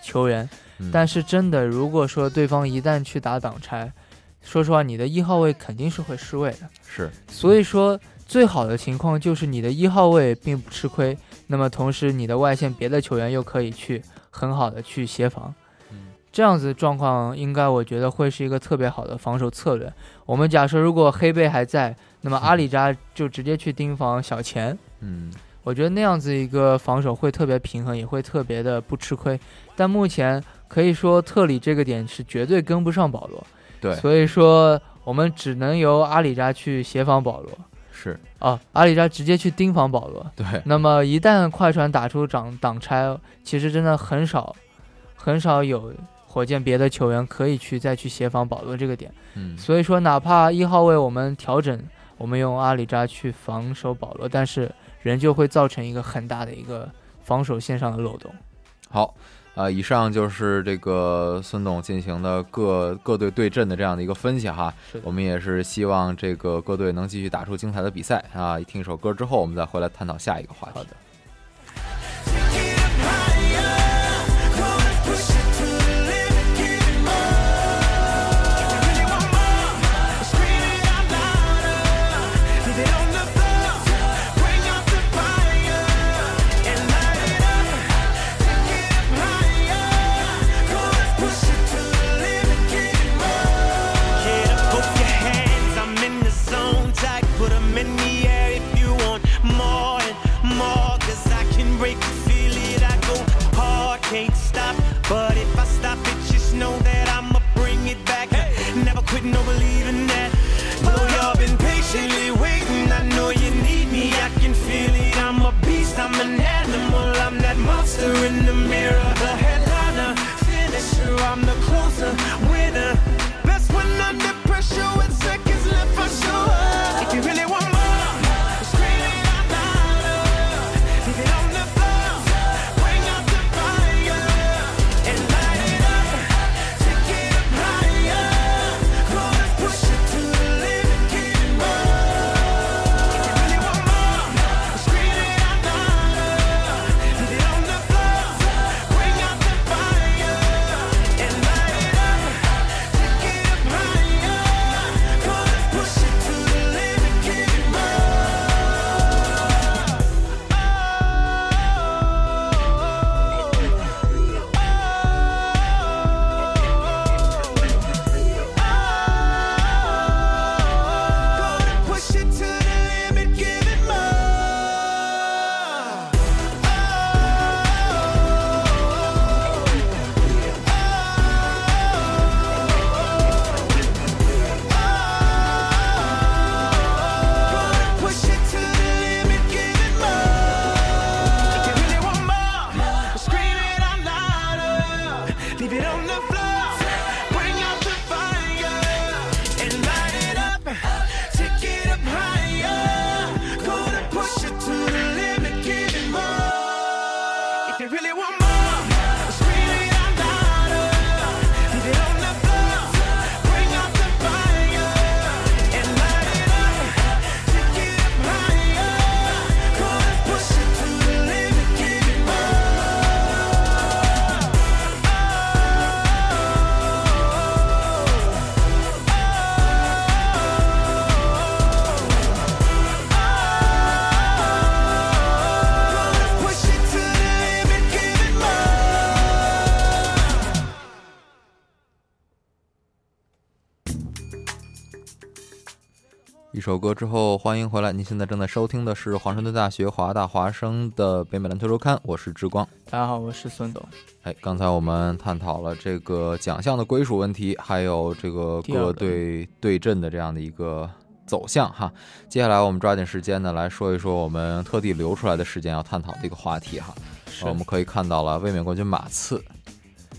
I: 球员，
H: 嗯
I: 但是真的如果说对方一旦去打挡拆，说实话，你的一号位肯定是会失位的。
H: 是
I: 所以说，最好的情况就是你的一号位并不吃亏，那么同时你的外线别的球员又可以去很好的去协防
H: 嗯，
I: 这样子状况应该我觉得会是一个特别好的防守策略。我们假设如果黑贝还在，那么阿里扎就直接去盯防小前。
H: 嗯
I: 我觉得那样子一个防守会特别平衡，也会特别的不吃亏。但目前可以说特里这个点是绝对跟不上保罗，
H: 对
I: 所以说我们只能由阿里扎去协防保罗。
H: 是
I: 啊，阿里扎直接去盯防保罗。
H: 对
I: 那么一旦快船打出挡挡拆，其实真的很少，很少有火箭别的球员可以去再去协防保罗这个点。
H: 嗯
I: 所以说，哪怕一号位我们调整，我们用阿里扎去防守保罗，但是仍旧会造成一个很大的一个防守线上的漏洞。
H: 好。呃，以上就是这个孙董进行的各各队对阵的这样的一个分析哈。
I: 是
H: 我们也是希望这个各队能继续打出精彩的比赛啊！听一首歌之后，我们再回来探讨下一个话题
I: 好。的，
B: Get up, hope your hands. I'm in the zone. Tag, put 'em in the air if you want more and more. 'Cause
H: 一首歌之后，欢迎回来。您现在正在收听的是华盛顿大学华大华生的北美篮球周刊，我是之光。
I: 大家好，我是孙董。
H: 哎，刚才我们探讨了这个奖项的归属问题，还有这个
I: 第二
H: 各
I: 轮
H: 队对阵的这样的一个走向哈。接下来我们抓紧时间呢，来说一说我们特地留出来的时间要探讨的一个话题哈。
I: 是
H: 我们可以看到了卫冕冠军马刺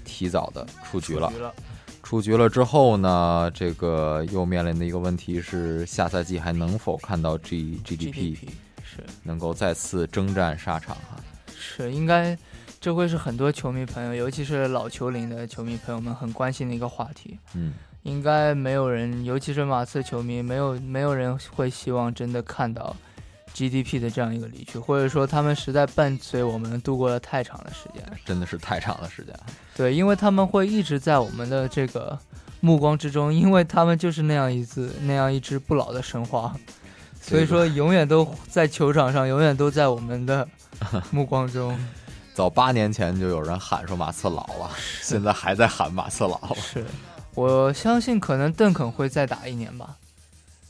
H: 提早的出局了
I: 出，了，
H: 出局了之后呢，这个又面临的一个问题是，下赛季还能否看到 G GDP
I: GDP 是
H: 能够再次征战沙场哈？
I: 是应该，这会是很多球迷朋友，尤其是老球龄的球迷朋友们很关心的一个话题。
H: 嗯，
I: 应该没有人，尤其是马刺球迷，没有没有人会希望真的看到 GDP 的这样一个离去，或者说他们实在伴随我们度过了太长的时间。
H: 真的是太长的时间了。
I: 对，因为他们会一直在我们的这个目光之中，因为他们就是那样一次那样一只不老的神话，所以
H: 这个
I: 说永远都在球场上，永远都在我们的目光中。
H: 早八年前就有人喊说马刺老了，现在还在喊马刺老了。
I: 是，我相信可能邓肯会再打一年吧，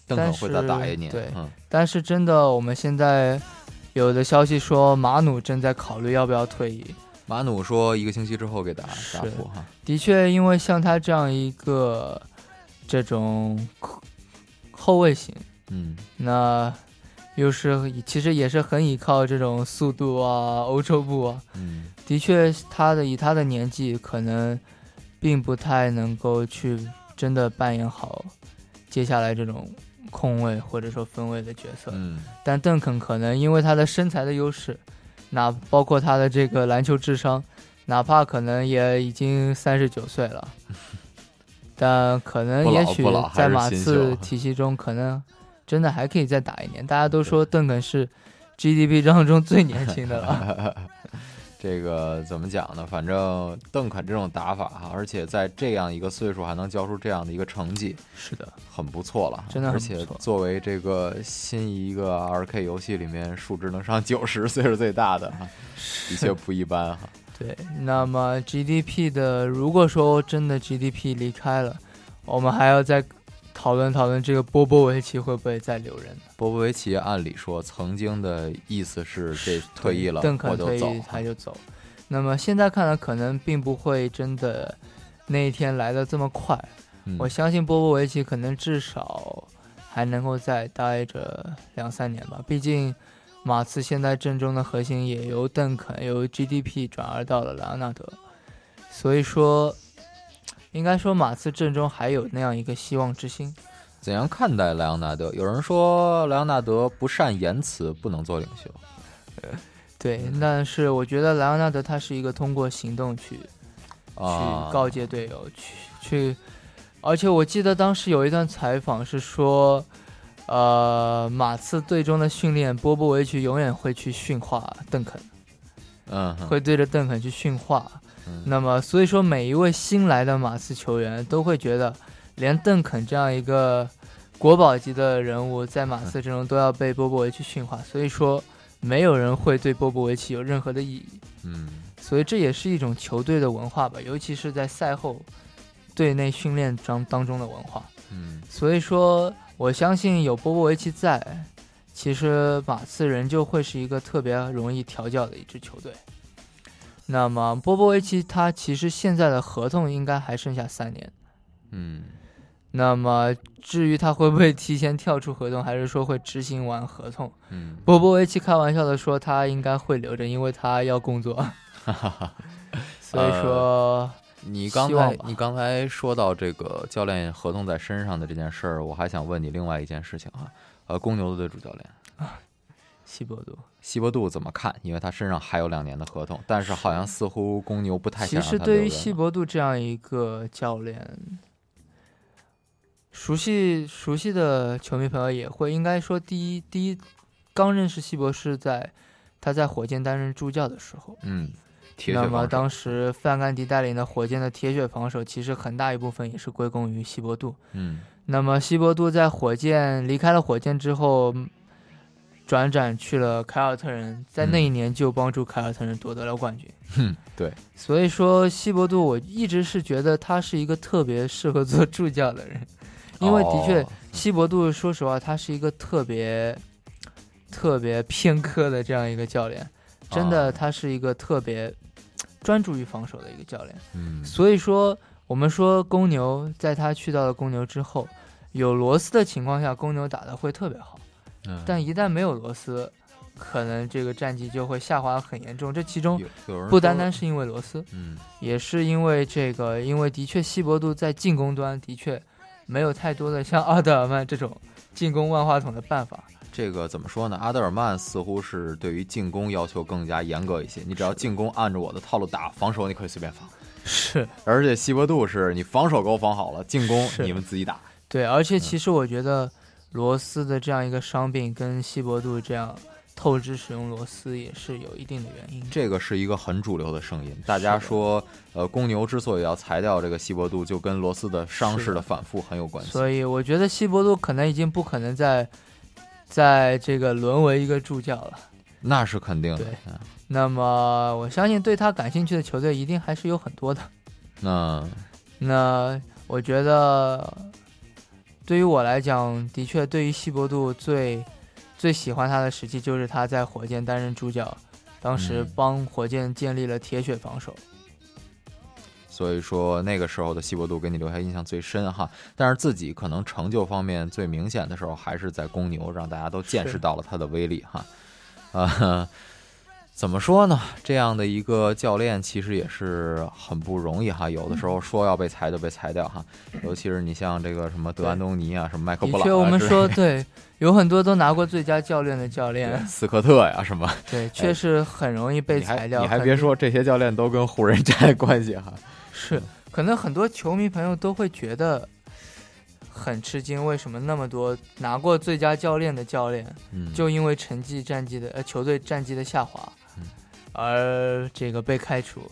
H: 邓肯会再打一年，
I: 但是对
H: 嗯，
I: 但是真的，我们现在有的消息说马努正在考虑要不要退役。
H: 马努说一个星期之后给打打复哈，
I: 的确，因为像他这样一个这种后卫型，
H: 嗯，
I: 那又是其实也是很依靠这种速度啊、欧洲步啊。
H: 嗯，
I: 的确，他的以他的年纪，可能并不太能够去真的扮演好接下来这种控卫或者说分卫的角色。
H: 嗯，
I: 但邓肯可能因为他的身材的优势，哪包括他的这个篮球智商，哪怕可能也已经三十九 岁了，但可能
H: 不老
I: 也许
H: 不老还
I: 在
H: 是
I: 马
H: 新
I: 刺
H: 秀啊
I: 体系中，可能真的还可以再打一年。大家都说邓肯是 GDP 当中最年轻的 了，
H: 这个怎么讲呢？反正邓肯这种打法哈，而且在这样一个岁数还能交出这样的一个成绩，
I: 是的，
H: 很不错了，
I: 真的很
H: 而
I: 不
H: 且
I: 错
H: 作为这个新一个 R K 游戏里面数值能上九十，岁数最大的哈，的确不一般哈。
I: 对。那么 GDP 的，如果说真的 GDP 离开了，我们还要再讨论讨论这个波波维奇会不会再留人。
H: 波波维奇按理说曾经的意思是这退役了
I: 邓
H: 我
I: 肯
H: 就
I: 退
H: 走
I: 役
H: 哈，
I: 他就走。那么现在看来，可能并不会真的那一天来的这么快。
H: 嗯
I: 我相信波波维奇可能至少还能够再待着两三年吧，毕竟马刺现在阵中的核心也由邓肯由 GDP 转而到了莱昂纳德，所以说应该说马刺阵中还有那样一个希望之星。
H: 怎样看待莱昂纳德？有人说莱昂纳德不善言辞，不能做领袖。
I: 对，
H: 嗯
I: 但是我觉得莱昂纳德他是一个通过行动去
H: 啊，
I: 去告诫队友，去去。而且我记得当时有一段采访是说，呃，马刺队中的训练，波波维奇永远会去训话邓肯，
H: 嗯哼，
I: 会对着邓肯去训话。
H: 嗯
I: 那么所以说，每一位新来的马刺球员都会觉得，连邓肯这样一个国宝级的人物在
H: 嗯
I: 马刺阵中都要被波波维奇训话，所以说没有人会对波波维奇有任何的异议。
H: 嗯，
I: 所以这也是一种球队的文化吧，尤其是在赛后队内训练当当中的文化。
H: 嗯，
I: 所以说，我相信有波波维奇在，其实马刺仍旧会是一个特别容易调教的一支球队。那么波波维奇他其实现在的合同应该还剩下三年，
H: 嗯，
I: 那么至于他会不会提前跳出合同，还是说会执行完合同，
H: 嗯，
I: 波波维奇开玩笑的说他应该会留着，因为他要工作。所以说，
H: 你刚
I: 希望
H: 才
I: 吧
H: 你刚才说到这个教练合同在身上的这件事儿，我还想问你另外一件事情啊，呃，公牛队的主教练
I: 西伯杜
H: 西伯杜怎么看？因为他身上还有两年的合同，但是好像似乎公牛不太
I: 其
H: 想
I: 实
H: 让他
I: 对于
H: 留人
I: 西
H: 了
I: 伯杜这样一个教练，熟悉熟悉的球迷朋友也会，应该说第一第一刚认识西伯是在他在火箭担任助教的时候。
H: 嗯，铁血
I: 那么
H: 防守
I: 当时范甘迪带领的火箭的铁血防守，其实很大一部分也是归功于西伯杜。
H: 嗯
I: 那么西伯杜在火箭离开了火箭之后，嗯转战去了凯尔特人，在
H: 嗯
I: 那一年就帮助凯尔特人夺得了冠军。
H: 哼 对，
I: 所以说，西伯杜我一直是觉得他是一个特别适合做助教的人，因为的确
H: 哦
I: 西伯杜，说实话，他是一个特别特别偏科的这样一个教练，真的，
H: 哦
I: 他是一个特别专注于防守的一个教练。
H: 嗯，
I: 所以说，我们说公牛在他去到了公牛之后，有罗斯的情况下，公牛打得会特别好，
H: 嗯
I: 但一旦没有罗斯，可能这个战绩就会下滑很严重。这其中
H: 有有人
I: 不单
H: 说
I: 单是因为罗斯，
H: 嗯
I: 也是因为这个，因为的确西伯杜在进攻端的确没有太多的像奥德尔曼这种进攻万花筒的办法。
H: 这个怎么说呢？阿德尔曼似乎是对于进攻要求更加严格一些，你只要进攻按照我的套路打，防守你可以随便防。
I: 是
H: 而且西伯杜是你防守给我防好了，进攻
I: 是
H: 你们自己打。
I: 对，而
H: 嗯
I: 且其实我觉得罗斯的这样一个伤病跟西伯杜这样透支使用罗斯也是有一定的原因。
H: 这个是一个很主流的声音，大家
I: 是的
H: 说，呃，公牛之所以要裁掉这个西伯杜，就跟罗斯的伤势的反复很有关系。
I: 所以我觉得西伯杜可能已经不可能再在这个沦为一个助教了。
H: 那是肯定的
I: 对。
H: 嗯
I: 那么我相信对他感兴趣的球队一定还是有很多的。
H: 那
I: 那我觉得，对于我来讲，的确，对于西伯杜最最喜欢他的时期就是他在火箭担任主角，当时
H: 嗯
I: 帮火箭建立了铁血防守。
H: 所以说那个时候的西伯杜给你留下印象最深哈，但是自己可能成就方面最明显的时候还是在公牛，让大家都见识到了他的威力哈。啊，怎么说呢？这样的一个教练其实也是很不容易哈，有的时候说要被裁就被裁掉哈，尤其是你像这个什么德安东尼啊，什么麦克布
I: 的
H: 朗、啊之类的，
I: 确，我们说对，有很多都拿过最佳教练的教练，
H: 斯科特呀什么，
I: 对，确实很容易被
H: 哎你还
I: 裁掉。
H: 你还
I: 很
H: 别说，这些教练都跟湖人 沾关系哈。嗯
I: 是，可能很多球迷朋友都会觉得很吃惊，为什么那么多拿过最佳教练的教练？
H: 嗯，
I: 就因为成绩战绩的呃球队战绩的下滑
H: 嗯，
I: 而这个被开除。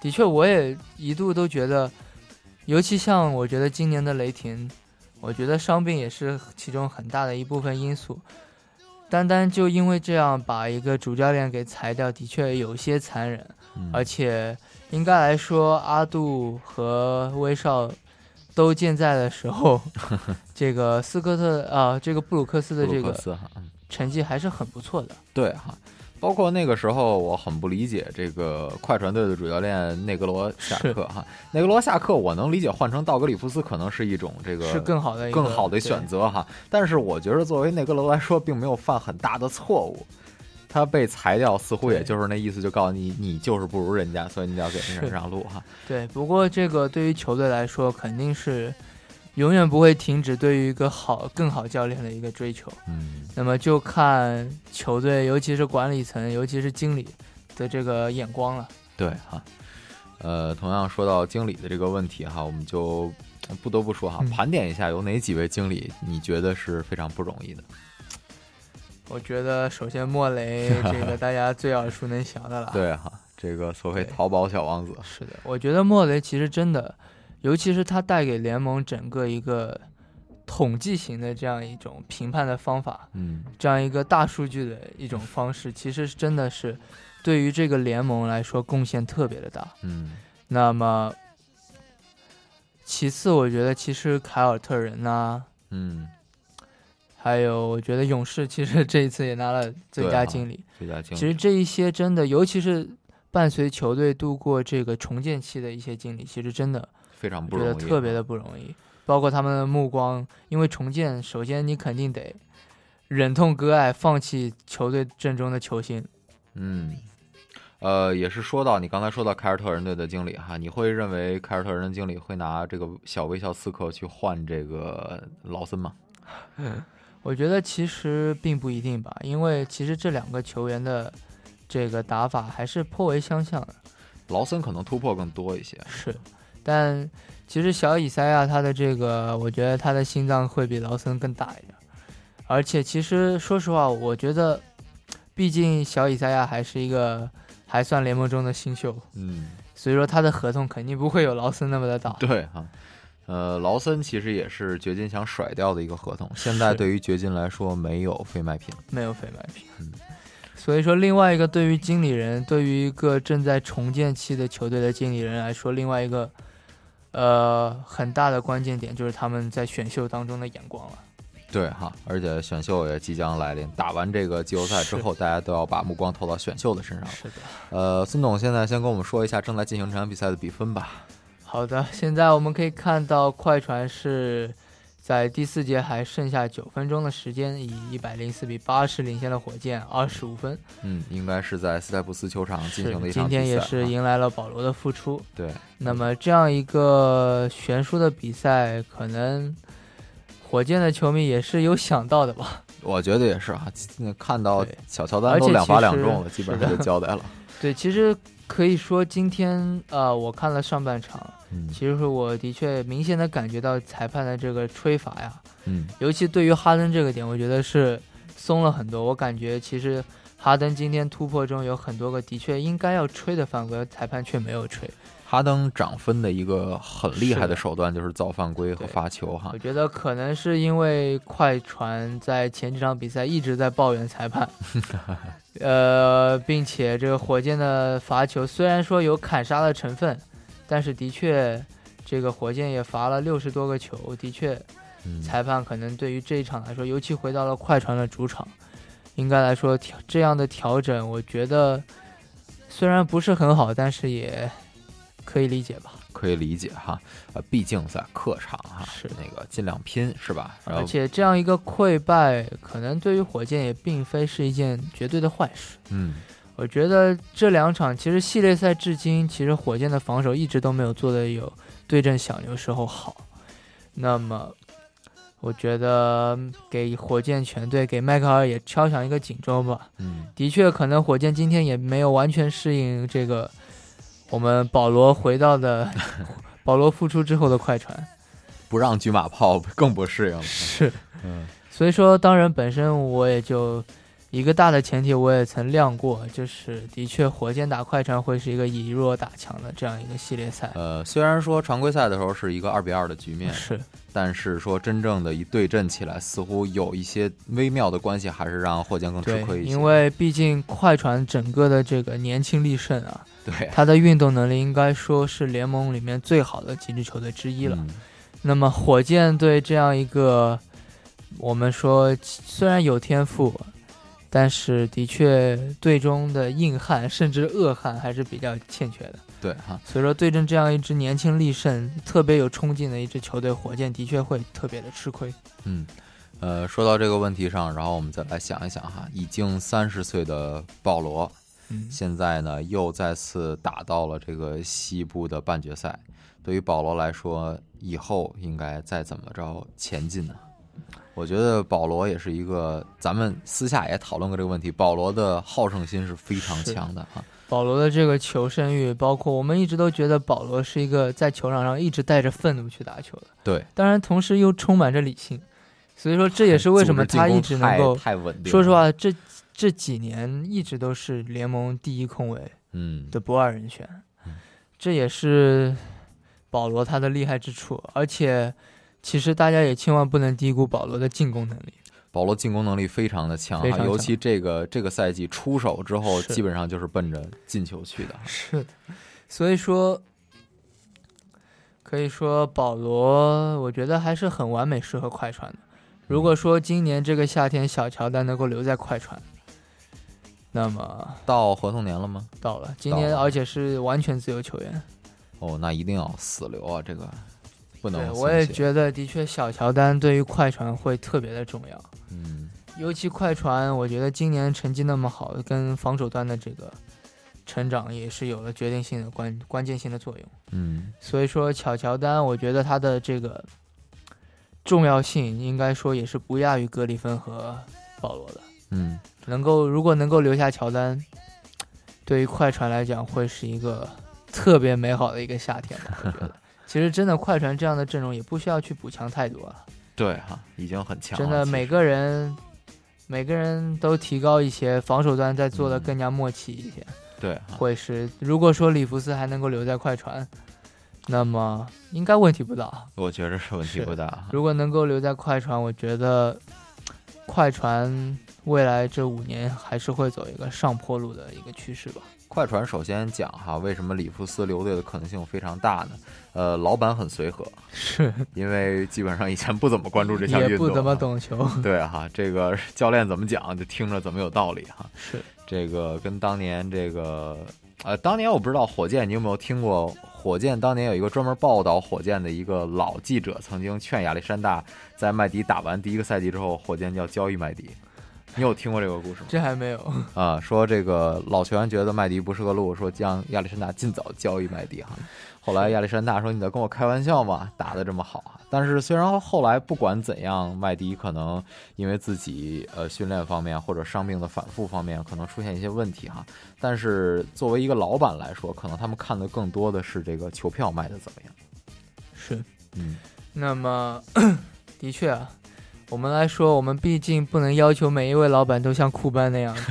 I: 的确，我也一度都觉得，尤其像我觉得今年的雷霆，我觉得伤病也是其中很大的一部分因素。单单就因为这样把一个主教练给裁掉，的确有些残忍。
H: 嗯
I: 而且应该来说，阿杜和威少都健在的 时候，这个斯科特啊、这个布鲁克斯的
H: 布
I: 这
H: 鲁克
I: 个
H: 斯哈。嗯
I: 成绩还是很不错的。
H: 对哈，包括那个时候我很不理解这个快船队的主教练内格罗夏克哈，内格罗夏克我能理解换成道格里夫斯可能是一种这个
I: 是更好的一个
H: 更好的选择哈，但是我觉得作为内格罗来说并没有犯很大的错误。他被裁掉，似乎也就是那意思，就告诉你，你就是不如人家，所以你要给人家
I: 是
H: 让路哈。
I: 对，不过这个对于球队来说，肯定是永远不会停止对于一个好、更好教练的一个追求。
H: 嗯，
I: 那么就看球队，尤其是管理层，尤其是经理的这个眼光了。
H: 对哈。呃，同样说到经理的这个问题哈，我们就不得不说哈，
I: 嗯
H: 盘点一下有哪几位经理你觉得是非常不容易的。
I: 我觉得首先莫 雷这个大家最耳熟能详的了。，
H: 对哈、这个所谓
I: 啊对
H: 淘宝小王子，
I: 是的，我觉得莫雷其实真的，尤其是他带给联盟整个一个统计型的这样一种评判的方法，
H: 嗯，
I: 这样一个大数据的一种方式，其实是真的是对于这个联盟来说贡献特别的大。
H: 嗯，
I: 那么，其次，我觉得其实凯尔特人呐、
H: 嗯，
I: 还有我觉得勇士，其实这一次也拿了最
H: 对
I: 佳
H: 啊
I: 经理。
H: 最佳经
I: 其实
H: 理，
I: 这一些真的，尤其是伴随球队度过这个重建期的一些经理，其实真的
H: 非常不
I: 觉
H: 容易
I: 得
H: 啊，
I: 特别的不容易。包括他们的目光，因为重建，首先你肯定得忍痛割爱，放弃球队阵中的球星。
H: 嗯，呃，也是说到你刚才说到凯尔特人队的经理哈，你会认为凯尔特人的经理会拿这个小微笑刺客去换这个劳森吗？
I: 我觉得其实并不一定吧，因为其实这两个球员的这个打法还是颇为相像的，
H: 劳森可能突破更多一些，
I: 是。但其实小以赛亚他的这个，我觉得他的心脏会比劳森更大一点。而且其实说实话，我觉得，毕竟小以赛亚还是一个还算联盟中的新秀，
H: 嗯，
I: 所以说他的合同肯定不会有劳森那么的大。
H: 对哈。呃，劳森其实也是掘金想甩掉的一个合同，现在
I: 是
H: 对于掘金来说没有非卖品。
I: 没有非卖品
H: 嗯。
I: 所以说，另外一个对于经理人，对于一个正在重建期的球队的经理人来说，另外一个呃，很大的关键点就是他们在选秀当中的眼光了。
H: 对哈，而且选秀也即将来临，打完这个季后赛之后，大家都要把目光投到选秀的身上了。
I: 是的，
H: 呃，孙总现在先跟我们说一下正在进行这场比赛的比分吧。
I: 好的，现在我们可以看到快船是在第四节还剩下九分钟的时间，以一百零四比八十领先了火箭二十五分。
H: 嗯，应该是在斯台普斯球场进行的一场比
I: 今
H: 赛啊。
I: 天也是迎来了保罗的复出。
H: 对，
I: 那么这样一个悬殊的比赛，可能火箭的球迷也是有想到的吧？
H: 我觉得也是啊，看到
I: 对
H: 小乔丹
I: 而
H: 都
I: 且
H: 两罚
I: 其
H: 两
I: 实
H: 中了，基本
I: 是
H: 上就
I: 的
H: 交代 了。
I: 对，其实可以说今天呃，我看了上半场，
H: 嗯
I: 其实我的确明显的感觉到裁判的这个吹罚呀，
H: 嗯，
I: 尤其对于哈登这个点，我觉得是松了很多。我感觉其实哈登今天突破中有很多个的确应该要吹的犯规，裁判却没有吹。
H: 哈登涨分的一个很厉害
I: 是
H: 的
I: 的
H: 手段就是造犯规和
I: 对
H: 罚球哈
I: 我。觉得可能是因为快船在前几场比赛一直在抱怨 裁判，呃，并且这个火箭的罚球虽然说有砍杀的成分，但是的确这个火箭也罚了六十多个球，的确
H: 嗯，
I: 裁判可能对于这一场来说，尤其回到了快船的主场，应该来说调这样的调整，我觉得虽然不是很好，但是也可以理解吧。
H: 可以理解哈，呃，毕竟在客场哈，
I: 是
H: 那个尽量拼是吧？然
I: 而
H: 后
I: 且这样一个溃败，可能对于火箭也并非是一件绝对的坏事。
H: 嗯，
I: 我觉得这两场其实系列赛至今，其实火箭的防守一直都没有做的有对阵小牛时候好。那么，我觉得给火箭全队给迈克尔也敲响一个警钟吧。
H: 嗯，
I: 的确，可能火箭今天也没有完全适应这个我们保罗回到的 保罗复出之后的快船。
H: 不让举马炮更不适应了。
I: 是，
H: 嗯，
I: 所以说，当然本身我也就一个大的前提，我也曾亮过，就是的确火箭打快船会是一个以弱打强的这样一个系列赛。嗯
H: 呃，虽然说常规赛的时候是一个二比二的局面，
I: 是
H: 但是说真正的一对阵起来，似乎有一些微妙的关系，还是让霍建更吃
I: 对
H: 亏，一些。
I: 因为毕竟快船整个的这个年轻力盛啊，
H: 对
I: 他的运动能力应该说是联盟里面最好的几支球队之一了。
H: 嗯
I: 那么火箭队这样一个，我们说虽然有天赋，但是的确队中的硬汉甚至恶汉还是比较欠缺的。
H: 对哈，
I: 所以说对阵这样一支年轻力盛、特别有冲劲的一支球队，火箭的确会特别的吃亏。
H: 嗯，呃，说到这个问题上，然后我们再来想一想哈，已经三十岁的保罗，
I: 嗯
H: 现在呢又再次打到了这个西部的半决赛。对于保罗来说，以后应该再怎么着前进呢？我觉得保罗也是一个，咱们私下也讨论过这个问题。保罗的好胜心是非常
I: 是
H: 强的啊，
I: 保罗的这个求胜欲，包括我们一直都觉得保罗是一个在球场上一直带着愤怒去打球的，
H: 对，
I: 当然同时又充满着理性。所以说这也是为什么他一直能
H: 组织进
I: 够
H: 攻太太稳定。
I: 说实，话，这这几年一直都是联盟第一控卫
H: 嗯，
I: 的不二人选，这也是保罗他的厉害之处。而且，其实大家也千万不能低估保罗的进攻能力。
H: 保罗进攻能力非常的强
I: 非
H: 哈，
I: 常
H: 尤
I: 强
H: 其这个这个赛季出手之后，
I: 是
H: 基本上就是奔着进球去的。
I: 是的，所以说，可以说保罗，我觉得还是很完美适合快船的。如果说今年这个夏天小乔丹能够留在快船，那么
H: 到合同年了吗？
I: 到了今
H: 到
I: 年，
H: 了
I: 而且是完全自由球员。
H: 哦，那一定要死留啊，这个不能
I: 对，
H: 松懈。
I: 我也觉得的确，小乔丹对于快船会特别的重要，
H: 嗯，
I: 尤其快船，我觉得今年成绩那么好，跟防守端的这个成长也是有了决定性的关关键性的作用。
H: 嗯
I: 所以说，小乔丹，我觉得他的这个重要性，应该说也是不亚于格里芬和保罗的。
H: 嗯，
I: 能够如果能够留下乔丹，对于快船来讲会是一个特别美好的一个夏天 吧。我觉得，其实真的快船这样的阵容也不需要去补强太多 了，
H: 对哈、已经很强了。
I: 真的
H: 啊其实
I: 每个人每个人都提高一些，防守端再做的
H: 嗯
I: 更加默契一些，
H: 对哈、
I: 会是如果说里弗斯还能够留在快船，那么应该问题不大。
H: 我觉着是问题
I: 是
H: 不大哈。
I: 如果能够留在快船，我觉得快船未来这五年还是会走一个上坡路的一个趋势吧。
H: 快船首先讲哈，为什么里弗斯留队的可能性非常大呢？呃，老板很随和，
I: 是，
H: 因为基本上以前不怎么关注这项
I: 也
H: 运动，啊
I: 不怎么。懂球，
H: 对哈，这个教练怎么讲就听着怎么有道理哈。
I: 是
H: 这个跟当年这个，呃，当年我不知道火箭你有没有听过，火箭当年有一个专门报道火箭的一个老记者曾经劝亚历山大，在麦迪打完第一个赛季之后，火箭要交易麦迪。你有听过这个故事吗？
I: 这还没有，
H: 啊，说这个老球员觉得麦迪不是个路，说让亚历山大尽早交易麦迪哈。后来亚历山大说：“你在跟我开玩笑吗？打得这么好啊！”但是虽然后来不管怎样，麦迪可能因为自己呃训练方面或者伤病的反复方面可能出现一些问题哈，但是作为一个老板来说，可能他们看的更多的是这个球票卖的怎么样。
I: 是。
H: 嗯，
I: 那么，的确啊，我们来说，我们毕竟不能要求每一位老板都像库班那样子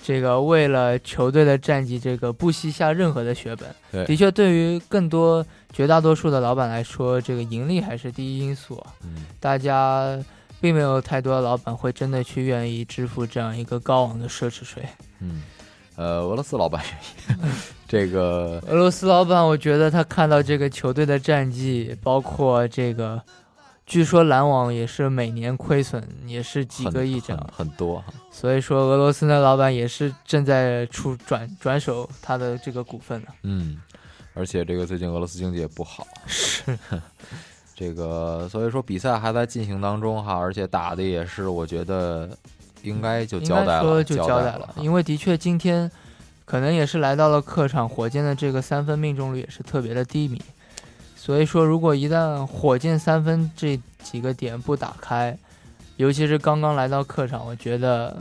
I: 这个为了球队的战绩，这个不惜下任何的血本。
H: 对
I: 的确，对于更多绝大多数的老板来说，这个盈利还是第一因素啊。
H: 嗯，
I: 大家并没有太多的老板会真的去愿意支付这样一个高昂的奢侈税。
H: 嗯，呃，俄罗斯老板愿意 这个
I: 俄罗斯老板，我觉得他看到这个球队的战绩，包括这个，据说篮网也是每年亏损也是几
H: 很
I: 个亿这样
H: 很，很多哈。
I: 所以说俄罗斯的老板也是正在出转转手他的这个股份呢、
H: 嗯，而且这个最近俄罗斯经济也不好，
I: 是，
H: 这个所以说比赛还在进行当中哈，而且打的也是我觉得应该就
I: 应
H: 交代
I: 该说
H: 了，
I: 就
H: 交
I: 交
H: 代
I: 了
H: 哈，
I: 因为的确今天可能也是来到了客场，火箭的这个三分命中率也是特别的低迷，所以说如果一旦火箭三分这几个点不打开，尤其是刚刚来到客场，我觉得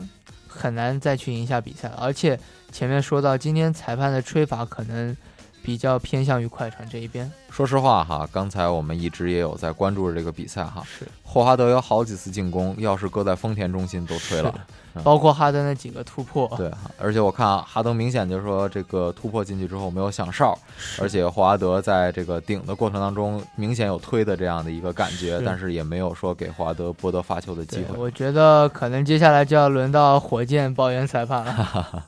I: 很难再去赢下比赛了。而且前面说到，今天裁判的吹罚可能比较偏向于快船这一边，
H: 说实话哈，刚才我们一直也有在关注着这个比赛哈，
I: 是
H: 霍华德有好几次进攻，要是搁在丰田中心都吹了。嗯
I: 包括哈登的几个突破，
H: 对，哈 而且我看啊，哈登明显就是说这个突破进去之后没有响哨，而且霍华德在这个顶的过程当中明显有推的这样的一个感觉，
I: 是
H: 但是也没有说给霍华德剥夺发球的机
I: 对，
H: 会。
I: 我觉得可能接下来就要轮到火箭抱怨裁判了。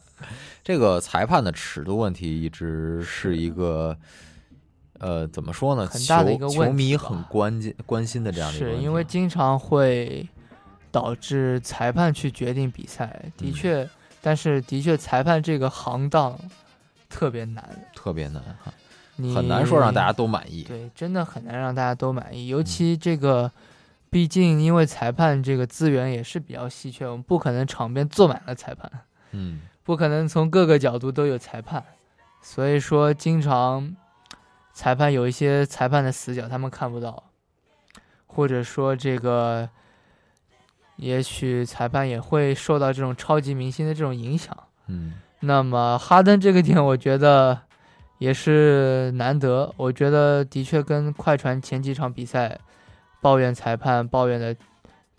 H: 这个裁判的尺度问题一直是一个，呃，怎么说呢？
I: 很大的一个
H: 球
I: 问
H: 球迷
I: 题吧
H: 很关心关心的这样的一个
I: 是
H: 问题
I: 因为经常会导致裁判去决定比赛，的
H: 嗯
I: 确，但是的确，裁判这个行当特别难，
H: 特别难哈，
I: 你
H: 很难说让大家嗯都满意。
I: 对，真的很难让大家都满意，尤其这个。毕竟，因为裁判这个资源也是比较稀缺，我们不可能场边坐满了裁判，
H: 嗯，
I: 不可能从各个角度都有裁判，所以说经常裁判有一些裁判的死角他们看不到，或者说这个，也许裁判也会受到这种超级明星的这种影响。
H: 嗯，
I: 那么哈登这个点，我觉得也是难得，我觉得的确跟快船前几场比赛抱怨裁判抱怨的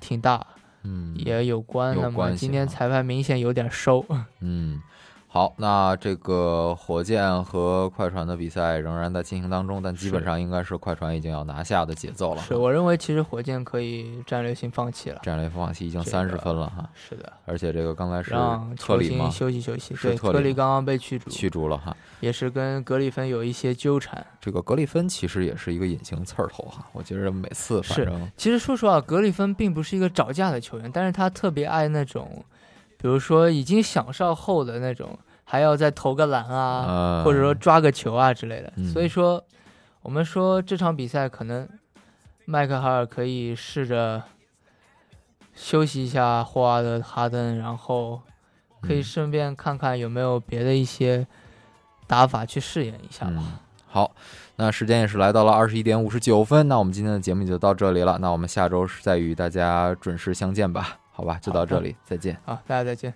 I: 挺大，
H: 嗯，
I: 也有关。
H: 有
I: 那
H: 关
I: 么
H: 系
I: 今天
H: 啊
I: 裁判明显有点收。
H: 嗯，好，那这个火箭和快船的比赛仍然在进行当中，但基本
I: 是
H: 上应该是快船已经要拿下的节奏了哈。
I: 是，我认为其实火箭可以战略性放弃了。
H: 战略放弃已经
I: 这
H: 三十
I: 个
H: 分了哈，
I: 是的，
H: 而且这个刚才是
I: 让
H: 特
I: 球
H: 里
I: 星
H: 嘛
I: 休息休息。
H: 是
I: 对，
H: 特
I: 特
H: 里
I: 里
H: 吗
I: 刚刚被驱逐，
H: 驱逐了哈。
I: 也是跟格里芬有一些纠缠。
H: 这个格里芬其实也是一个隐形刺儿头哈，我觉得每次反
I: 是
H: 正
I: 其实说实话，格里芬并不是一个找架的球员，但是他特别爱那种，比如说已经享受后的那种，还要再投个篮啊，
H: 呃，
I: 或者说抓个球啊之类的。
H: 嗯
I: 所以说，我们说这场比赛可能麦克哈尔可以试着休息一下霍华德、哈登，然后可以
H: 嗯
I: 顺便看看有没有别的一些打法去试验一下吧。
H: 嗯，好，那时间也是来到了二十一点五十九分，那我们今天的节目就到这里了，那我们下周是再与大家准时相见吧，好吧，就到这里，再见。
I: 好，大家再见。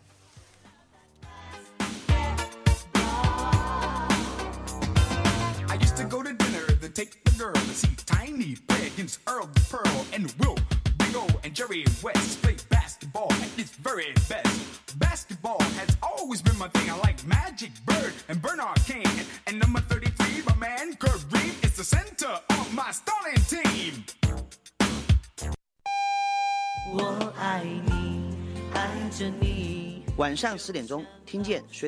F: I used to go to dinner to take the girl to see Tiny Play against Earl the Pearl and Will Bingo and Jerry West play basketball at its very best. Basketball has always been my thing. I like Magic Bird and Bernard King and number 33, my man Kareem is the center of my starting team.
J: 我爱你，爱
F: 着你。晚上十点钟，听见水。